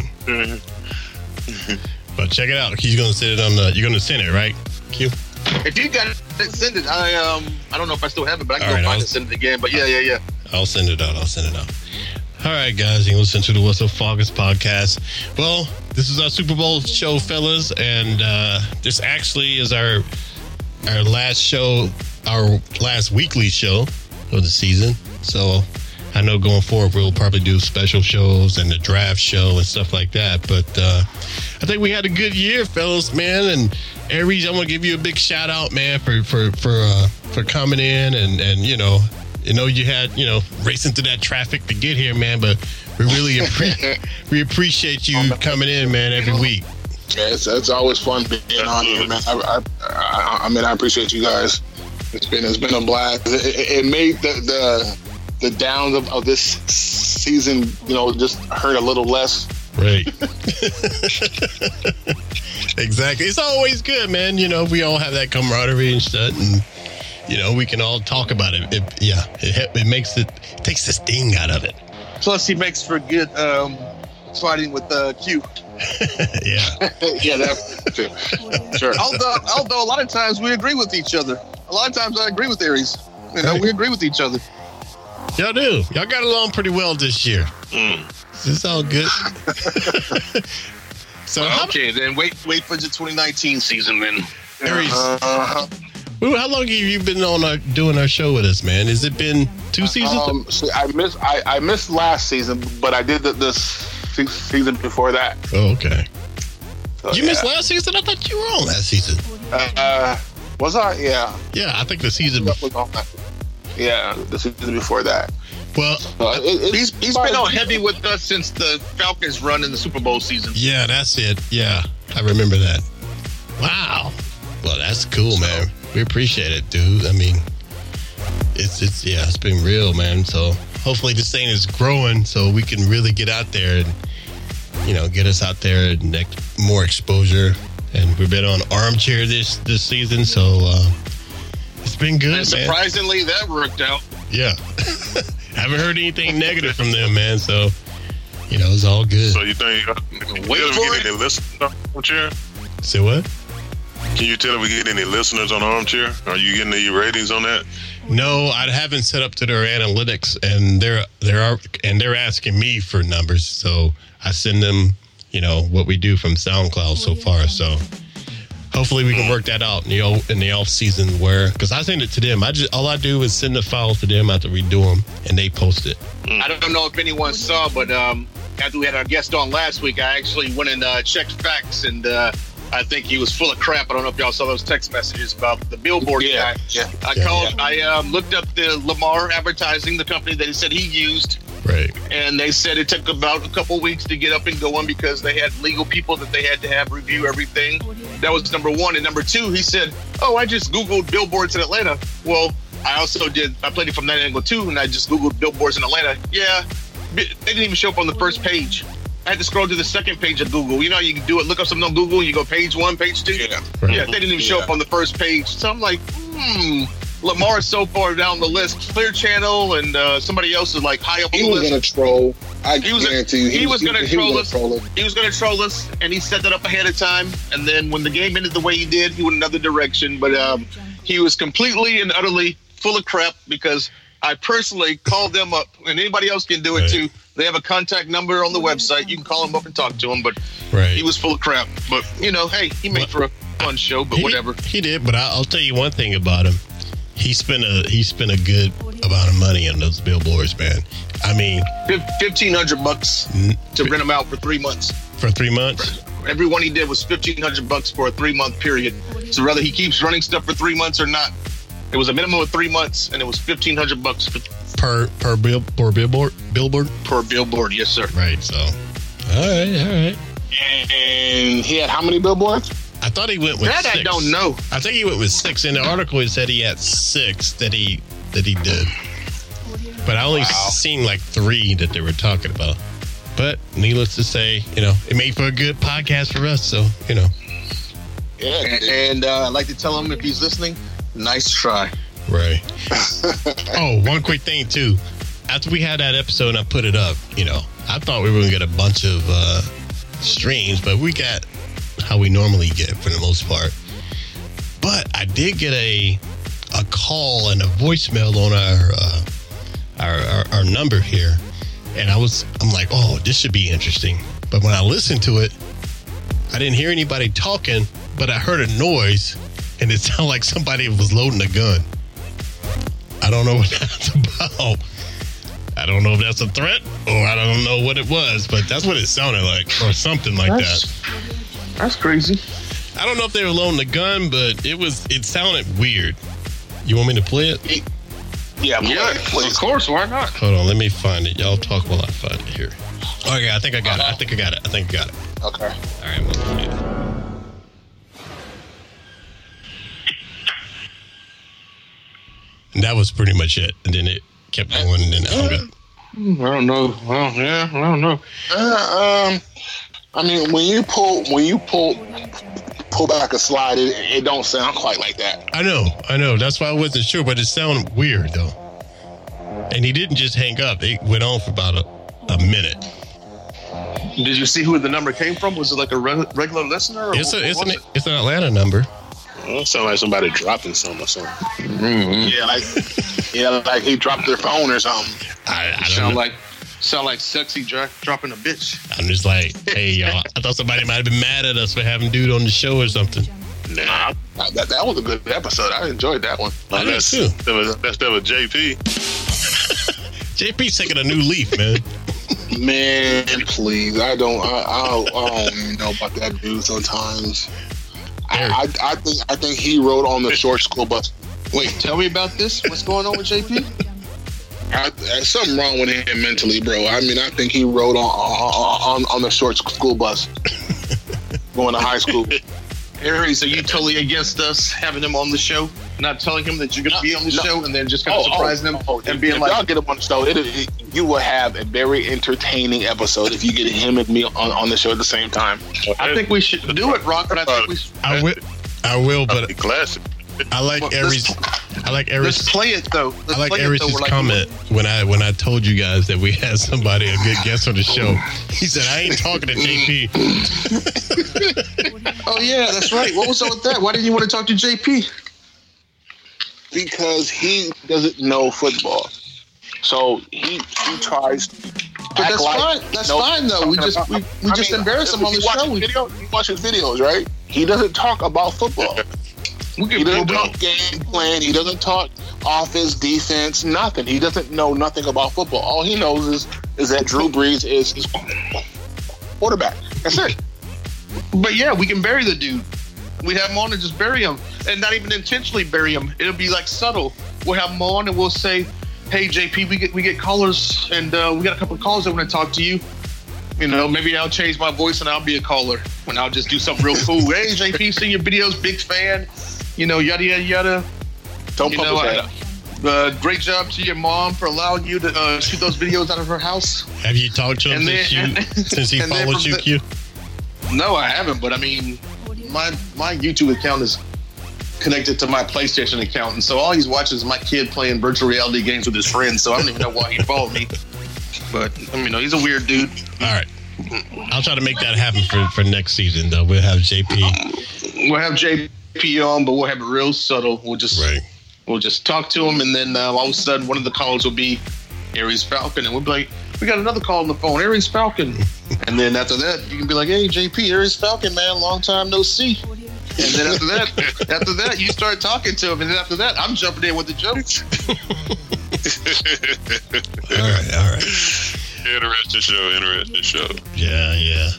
[SPEAKER 2] Mm-hmm.
[SPEAKER 3] But check it out. He's gonna send it on the. You're gonna send it, right? Q.
[SPEAKER 2] If you got it, send it. I um, I don't know if I still have it, but I can
[SPEAKER 3] All
[SPEAKER 2] go
[SPEAKER 3] right,
[SPEAKER 2] find
[SPEAKER 3] I'll-
[SPEAKER 2] it, send it again. But yeah, yeah, yeah.
[SPEAKER 3] I'll send it out. I'll send it out. All right, guys, you can listen to the What's Up Foggers podcast. Well, this is our Super Bowl show, fellas, and uh, this actually is our our last show, our last weekly show of the season. So I know going forward we'll probably do special shows and the draft show and stuff like that. But uh, I think we had a good year, fellas, man. And Aries, I want to give you a big shout out, man, for for for uh, for coming in and and you know. You know you had you know racing through that traffic to get here, man. But we really appre- we appreciate you coming in, man, every week.
[SPEAKER 7] Yeah, it's, it's always fun being on here, man. I, I, I, I mean, I appreciate you guys. It's been it's been a blast. It, it, it made the the the downs of, of this season, you know, just hurt a little less.
[SPEAKER 3] Right. exactly. It's always good, man. You know, we all have that camaraderie and shit, and you know, we can all talk about it. it yeah, it, he- it makes it, it takes the sting out of it.
[SPEAKER 2] Plus, he makes for good um, fighting with uh, Q.
[SPEAKER 3] yeah.
[SPEAKER 7] yeah, that too. Sure.
[SPEAKER 2] Although, although a lot of times we agree with each other. A lot of times I agree with Aries. You know, we agree with each other.
[SPEAKER 3] Y'all do. Y'all got along pretty well this year. It's all good. so, how,
[SPEAKER 2] Okay, then wait, wait for the 2019 season, then.
[SPEAKER 3] Aries, Ooh, how long have you been on our, doing our show with us, man? Has it been two seasons?
[SPEAKER 7] Um, so I missed I, I missed last season, but I did the, this se- season before that.
[SPEAKER 3] oh, okay.
[SPEAKER 7] So,
[SPEAKER 3] you missed
[SPEAKER 7] yeah.
[SPEAKER 3] last season? I thought you were on last season.
[SPEAKER 7] Uh, uh, was I? Yeah.
[SPEAKER 3] Yeah, I think the season.
[SPEAKER 7] Was on that. Yeah, the season before that.
[SPEAKER 3] Well,
[SPEAKER 7] So it- it's-
[SPEAKER 2] He's, he's been on heavy with us since the Falcons run in the Super Bowl season.
[SPEAKER 3] Yeah, that's it. Yeah, I remember that. Wow. Well, that's cool, man. We appreciate it, dude. I mean, it's it's yeah, it's been real, man. So hopefully this thing is growing, so we can really get out there and you know get us out there and get more exposure. And we've been on armchair this this season, so uh, it's been good,
[SPEAKER 2] And
[SPEAKER 3] man.
[SPEAKER 2] surprisingly, that worked out.
[SPEAKER 3] Yeah, haven't heard anything negative from them, man. So you know, it's all good.
[SPEAKER 4] So you think uh, can you tell if we get any listeners on armchair?
[SPEAKER 3] Say what?
[SPEAKER 4] Can you tell if we get any listeners on armchair? Are you getting any ratings on that?
[SPEAKER 3] No, I haven't set up to their analytics, and they're they're ar- and they're asking me for numbers. So I send them, you know, what we do from SoundCloud so far. So hopefully we can work that out in the o- in the off season where because I send it to them. I just all I do is send the files to them after we do them, and they post it.
[SPEAKER 2] I don't know if anyone saw, but um, after we had our guest on last week, I actually went and uh, checked facts, and uh, I think he was full of crap. I don't know if y'all saw those text messages about the billboard
[SPEAKER 7] Yeah,
[SPEAKER 2] guy.
[SPEAKER 7] yeah.
[SPEAKER 2] I
[SPEAKER 3] Yeah.
[SPEAKER 2] called. I um, looked up the Lamar Advertising, the company that he said he used,
[SPEAKER 3] Right.
[SPEAKER 2] and they said it took about a couple weeks to get up and going because they had legal people that they had to have review everything. That was number one, and number two, he said, "Oh, I just googled billboards in Atlanta." Well, I also did. I played it from that angle too, and I just googled billboards in Atlanta. Yeah, bi- they didn't even show up on the first page. I had to scroll to the second page of Google. You know, how you can do it. Look up something on Google, and you go page one, page two. Yeah,
[SPEAKER 3] Right.
[SPEAKER 2] yeah they didn't even show up on the first page. So I'm like, hmm. Lamar is so far down the list. Clear Channel and uh, somebody else is like high up
[SPEAKER 15] He
[SPEAKER 2] on the
[SPEAKER 15] was
[SPEAKER 2] list.
[SPEAKER 15] gonna troll. I
[SPEAKER 2] he was,
[SPEAKER 15] guarantee you.
[SPEAKER 2] he, was going to
[SPEAKER 15] he was
[SPEAKER 2] troll
[SPEAKER 15] gonna
[SPEAKER 2] us. He was going to troll us, and he set that up ahead of time. And then when the game ended the way he did, he went another direction. But um, he was completely and utterly full of crap because I personally called them up, and anybody else can do it too. They have a contact number on the website. You can call them up and talk to them. But he was full of crap. But you know, hey, he made for a fun show. But
[SPEAKER 3] He-
[SPEAKER 2] whatever.
[SPEAKER 3] He did, but I, I'll tell you one thing about him. He spent a he spent a good amount of money on those billboards, man. I mean,
[SPEAKER 2] fifteen hundred bucks to rent them out for three months.
[SPEAKER 3] for three months.
[SPEAKER 2] Every one he did was fifteen hundred bucks for a three month period. So whether he keeps running stuff for three months or not, it was a minimum of three months, and it was fifteen hundred bucks for,
[SPEAKER 3] per per bill per billboard billboard.
[SPEAKER 2] per billboard. Yes, sir.
[SPEAKER 3] Right. So, all right, all right.
[SPEAKER 2] And he had how many billboards?
[SPEAKER 3] I thought he went with.
[SPEAKER 2] That I
[SPEAKER 3] six.
[SPEAKER 2] don't know.
[SPEAKER 3] I think he went with six. In the article, it said he had six that he that he did, but I only seen like three that they were talking about. But needless to say, you know, it made for a good podcast for us. So, you know,
[SPEAKER 2] Yeah,
[SPEAKER 16] and, and, uh, I'd like to tell him if he's listening, nice try.
[SPEAKER 3] Right. oh, one quick thing too. After we had that episode and I put it up, you know, I thought we were gonna get a bunch of uh, streams, but we got how we normally get for the most part. But I did get a a call and a voicemail on our uh, our, our our number here, and I was I'm like, oh, this should be interesting. But when I listened to it, I didn't hear anybody talking, but I heard a noise, and it sounded like somebody was loading a gun. I don't know what that's about. I don't know if that's a threat or I don't know what it was, but that's what it sounded like or something like that.
[SPEAKER 16] That's crazy.
[SPEAKER 3] I don't know if they were loading the gun, but it was it sounded weird. You want me to play it?
[SPEAKER 2] Yeah,
[SPEAKER 3] yeah,
[SPEAKER 2] of course. Why not?
[SPEAKER 3] Hold on, let me find it. Y'all talk while I find it here. Okay, I think I got it. I think I got it. I think I got it.
[SPEAKER 16] Okay. All
[SPEAKER 3] right, we'll play it. And that was pretty much it. And then it kept going and then I got
[SPEAKER 7] Hmm, I don't know. Well, yeah, I don't know. Uh, um, I mean, when you pull, when you pull, pull back a slide, it, it don't sound quite like that.
[SPEAKER 3] I know, I know. That's why I wasn't sure, but it sounded weird though. And he didn't just hang up; it went on for about a, a minute.
[SPEAKER 16] Did you see who the number came from? Was it like a re- regular listener? Or
[SPEAKER 3] It's a, it's an
[SPEAKER 16] was it?
[SPEAKER 3] it's an Atlanta number.
[SPEAKER 4] It sounds like somebody dropping something or something.
[SPEAKER 7] Yeah, like, yeah, like he dropped their phone or something.
[SPEAKER 3] I, I
[SPEAKER 16] sound like sound like sexy dra- dropping a bitch.
[SPEAKER 3] I'm just like, hey y'all, I thought somebody might have been mad at us for having dude on the show or something.
[SPEAKER 4] Nah,
[SPEAKER 7] that, that was a good episode. I enjoyed that one.
[SPEAKER 3] I did
[SPEAKER 4] Unless
[SPEAKER 3] too.
[SPEAKER 4] that was, that's that was JP.
[SPEAKER 3] JP's taking a new leaf, man.
[SPEAKER 7] Man, please, I don't, I, I, don't- I don't even know about that dude. Sometimes, I, I, I think, I think he rode on the short school bus. Wait,
[SPEAKER 16] tell me about this. What's going on with JP?
[SPEAKER 7] I, there's something wrong with him mentally, bro. I mean, I think he rode on on, on, on the short school bus going to high school.
[SPEAKER 2] Aries, are you totally against us having him on the show? Not telling him that you're going to be on the show, and then just kind of surprising him and being
[SPEAKER 7] if
[SPEAKER 2] like,
[SPEAKER 7] y'all get him on the show, it, it, you will have a very entertaining episode if you get him and me on, on the show at the same time.
[SPEAKER 2] "I think we should do it, Rock." But I think we should.
[SPEAKER 3] I will, I will, but
[SPEAKER 4] classic.
[SPEAKER 3] I like Aries. I like Aries.
[SPEAKER 16] Let's play it though. Let's
[SPEAKER 3] I like
[SPEAKER 16] play it, though.
[SPEAKER 3] Aries'
[SPEAKER 16] We're like-
[SPEAKER 3] comment when I when I told you guys that we had somebody a good guest on the show. He said I ain't talking to JP.
[SPEAKER 16] Oh yeah, that's right. What was up with that? Why didn't you want to talk to JP?
[SPEAKER 7] because he doesn't know football. So he he tries. to
[SPEAKER 16] But
[SPEAKER 7] act
[SPEAKER 16] that's
[SPEAKER 7] like
[SPEAKER 16] fine.
[SPEAKER 7] he
[SPEAKER 16] That's
[SPEAKER 7] knows
[SPEAKER 16] fine, though.
[SPEAKER 7] what
[SPEAKER 16] We
[SPEAKER 7] he's
[SPEAKER 16] just-
[SPEAKER 7] talking
[SPEAKER 16] we-
[SPEAKER 7] about.
[SPEAKER 16] we just embarrass him on
[SPEAKER 7] he
[SPEAKER 16] the
[SPEAKER 7] watches
[SPEAKER 16] show.
[SPEAKER 7] Video, he watches videos, right? He doesn't talk about football. he doesn't talk game plan. He doesn't talk offense, defense, nothing. He doesn't know nothing about football. All he knows is is that Drew Brees is his quarterback. That's it.
[SPEAKER 2] But yeah, we can bury the dude. We have him on and just bury him, and not even intentionally bury him. It'll be like subtle. We'll have him on and we'll say, "Hey, JP, we get we get callers, and uh, we got a couple of calls that want to talk to you." You know, maybe I'll change my voice and I'll be a caller, and I'll just do something real cool. hey, JP, seen your videos, big fan. You know, yada yada yada.
[SPEAKER 7] Don't
[SPEAKER 2] You
[SPEAKER 7] publish
[SPEAKER 2] know,
[SPEAKER 7] that.
[SPEAKER 2] I- Uh, great job to your mom for allowing you to uh, shoot those videos out of her house.
[SPEAKER 3] Have you talked to
[SPEAKER 2] And
[SPEAKER 3] him since,
[SPEAKER 2] then-
[SPEAKER 3] you, since he
[SPEAKER 2] and then
[SPEAKER 3] followed
[SPEAKER 2] from
[SPEAKER 3] you?
[SPEAKER 2] the-
[SPEAKER 3] Q?
[SPEAKER 2] No, I haven't. But I mean, my my YouTube account is connected to my PlayStation account, and so all he's watching is my kid playing virtual reality games with his friends. So I don't even know why he followed me. But I mean, no, he's a weird dude.
[SPEAKER 3] All right. I'll try to make that happen for, for next season, though. We'll have JP.
[SPEAKER 2] We'll have JP on, but we'll have it real subtle. We'll just we'll just talk to him, and then uh, all of a sudden, one of the calls will be Aries Falcon, and we'll be like, "We got another call on the phone, Aries Falcon." and then after that, you can be like, "Hey, JP, Aries Falcon, man, long time no see." And then after that, after that, you start talking to him, and then after that, I'm jumping in with the jokes.
[SPEAKER 3] all right, all right.
[SPEAKER 4] Interesting show. Interesting show.
[SPEAKER 3] Yeah, yeah.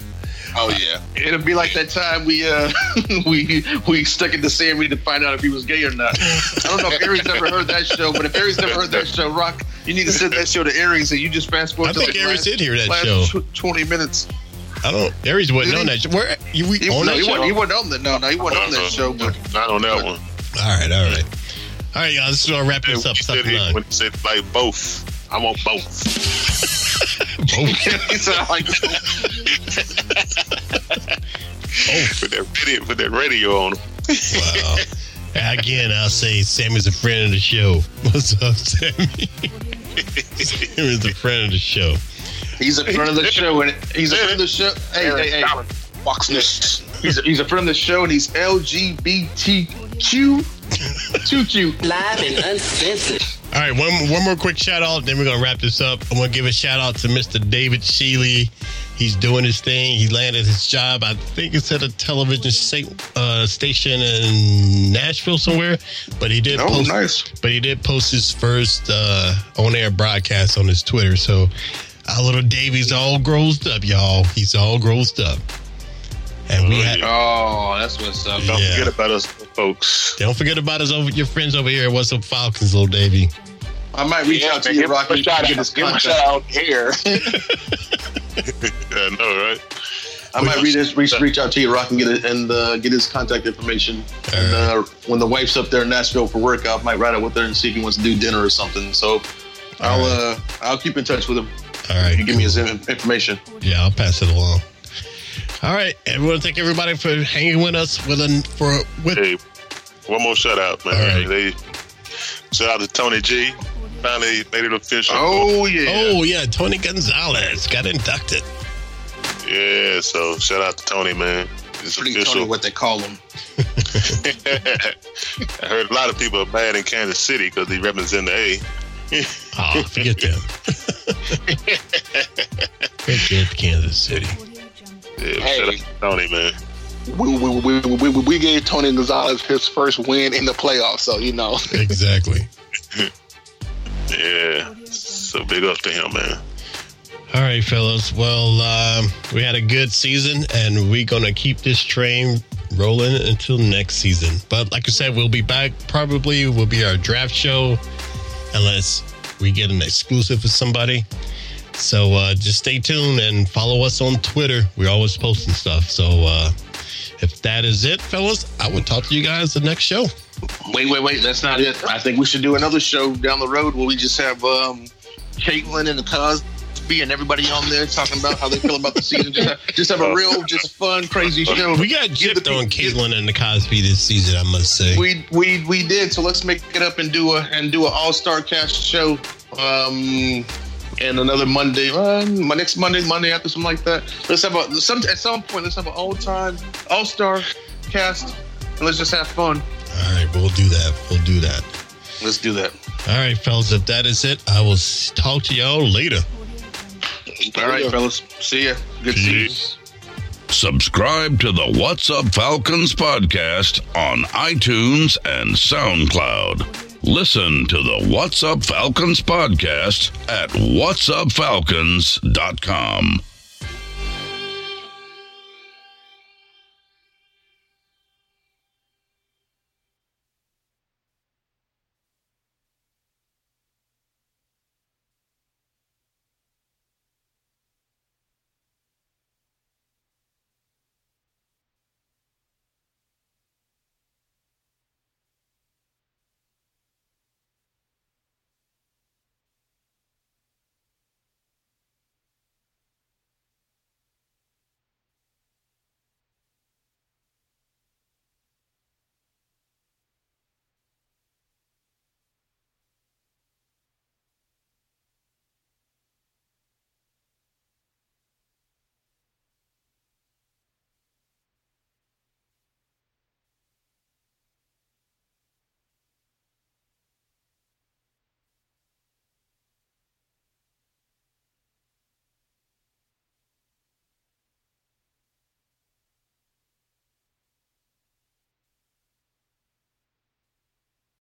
[SPEAKER 2] Oh yeah, it'll be like that time we uh we we stuck into Sammy to find out if he was gay or not. I don't know if Aries ever heard that show, but if Aries never heard that show, Rock, you need to send that show to Aries, and you just fast forward.
[SPEAKER 3] I
[SPEAKER 2] to
[SPEAKER 3] think
[SPEAKER 2] like
[SPEAKER 3] Aries
[SPEAKER 2] last-
[SPEAKER 3] did hear that
[SPEAKER 2] last
[SPEAKER 3] show.
[SPEAKER 2] tw- Twenty minutes.
[SPEAKER 3] I don't. Aries wasn't
[SPEAKER 2] Oh, Did
[SPEAKER 3] on
[SPEAKER 2] he?
[SPEAKER 3] that. Show. Where you we
[SPEAKER 2] He,
[SPEAKER 7] Oh,
[SPEAKER 3] on
[SPEAKER 2] no,
[SPEAKER 3] that
[SPEAKER 2] he
[SPEAKER 3] show?
[SPEAKER 2] wasn't, he wasn't on that. No, no, he wasn't on
[SPEAKER 4] Uh-uh.
[SPEAKER 2] that show. But
[SPEAKER 4] Not on that one.
[SPEAKER 3] All right, all right, all right, y'all. Let's uh, wrap this up.
[SPEAKER 4] Said he, when he said like both, I want both.
[SPEAKER 3] Oh,
[SPEAKER 2] he said I like
[SPEAKER 4] Put that radio, put that radio on.
[SPEAKER 3] Wow. Again, I'll say Sammy's a friend of the show. What's up, Sammy? Sammy's a friend of the show.
[SPEAKER 2] He's a friend of the show, and he's a friend of the show. Hey, hey, hey, Fox News. He's a, he's a friend of the show, and he's LGBTQ. Too cute.
[SPEAKER 10] Live and uncensored.
[SPEAKER 3] All right, one one more quick shout out, then we're gonna wrap this up. I want to give a shout out to Mr. David Sheely. He's doing his thing. He landed his job. I think it's at a television sta- uh, station in Nashville somewhere. But he did.
[SPEAKER 2] Oh,
[SPEAKER 3] post,
[SPEAKER 2] nice.
[SPEAKER 3] But he did post his first uh, on-air broadcast on his Twitter. So our little Davey's all grossed up, y'all. He's all grossed up. And we had,
[SPEAKER 2] Oh, that's what's up.
[SPEAKER 3] Don't Yeah. forget
[SPEAKER 2] about us, folks.
[SPEAKER 3] don't forget about us over your friends over here. What's up, Falcons, little Davey?
[SPEAKER 2] I might reach out to you, Rocky.
[SPEAKER 7] Give him
[SPEAKER 2] to get
[SPEAKER 7] a shout out.
[SPEAKER 2] his
[SPEAKER 7] Give him a
[SPEAKER 2] contact.
[SPEAKER 7] shout out here.
[SPEAKER 4] I know, right?
[SPEAKER 2] I might read his, reach, reach out to you, Rock, and get it, and uh, get his contact information. And uh, when the wife's up there in Nashville for work, I might ride out with her and see if he wants to do dinner or something. So I'll uh, I'll keep in touch with him.
[SPEAKER 3] All right,
[SPEAKER 2] you give me his in- information.
[SPEAKER 3] Yeah, I'll pass it along. All right, everyone. Thank everybody for hanging with us. With an, for with
[SPEAKER 4] Hey, one more shout out, man. They, shout out to Tony G. Finally made it official.
[SPEAKER 3] oh yeah. Tony Gonzalez got inducted.
[SPEAKER 4] Yeah, so shout out to Tony, man. It's official.
[SPEAKER 2] Tony, what they call him.
[SPEAKER 4] I heard a lot of people are bad in Kansas City because he represents the A.
[SPEAKER 3] Oh, forget them. forget Kansas City.
[SPEAKER 4] Yeah, shout out to Tony, man.
[SPEAKER 7] We, we, we, we, we- we gave Tony Gonzalez his first win in the playoffs, so you know.
[SPEAKER 3] Exactly.
[SPEAKER 4] Yeah. So big up to him, man.
[SPEAKER 3] All right, fellas. Well, um, we had a good season, and we're gonna keep this train rolling until next season. But like I said, we'll be back. Probably will be our draft show, unless we get an exclusive with somebody. So uh, just stay tuned and follow us on Twitter. We're always posting stuff. So uh, if that is it, fellas, I will talk to you guys the next show. Oh.
[SPEAKER 2] Wait, wait, wait. That's not it. I think we should do another show down the road where we just have um, Caitlin and the Cosby and everybody on there talking about how they feel about the season. Just have, just have a real, just fun, crazy show.
[SPEAKER 3] We got gypped on Caitlin and the Cosby this season, I must say.
[SPEAKER 2] We we we did. So let's make it up and do a and do an all star cast show. Um, and another Monday, uh, my next Monday, Monday after something like that. Let's have a some at some point. Let's have an all time all star cast. And let's just have fun.
[SPEAKER 3] All right, we'll do that. We'll do that.
[SPEAKER 2] Let's do that.
[SPEAKER 3] All right, fellas, if that is it, I will s- talk to y'all later.
[SPEAKER 2] All right, fellas. See ya. Good to see you.
[SPEAKER 5] Subscribe to the What's Up Falcons podcast on iTunes and SoundCloud. Listen to the What's Up Falcons podcast at whatsupfalcons.com.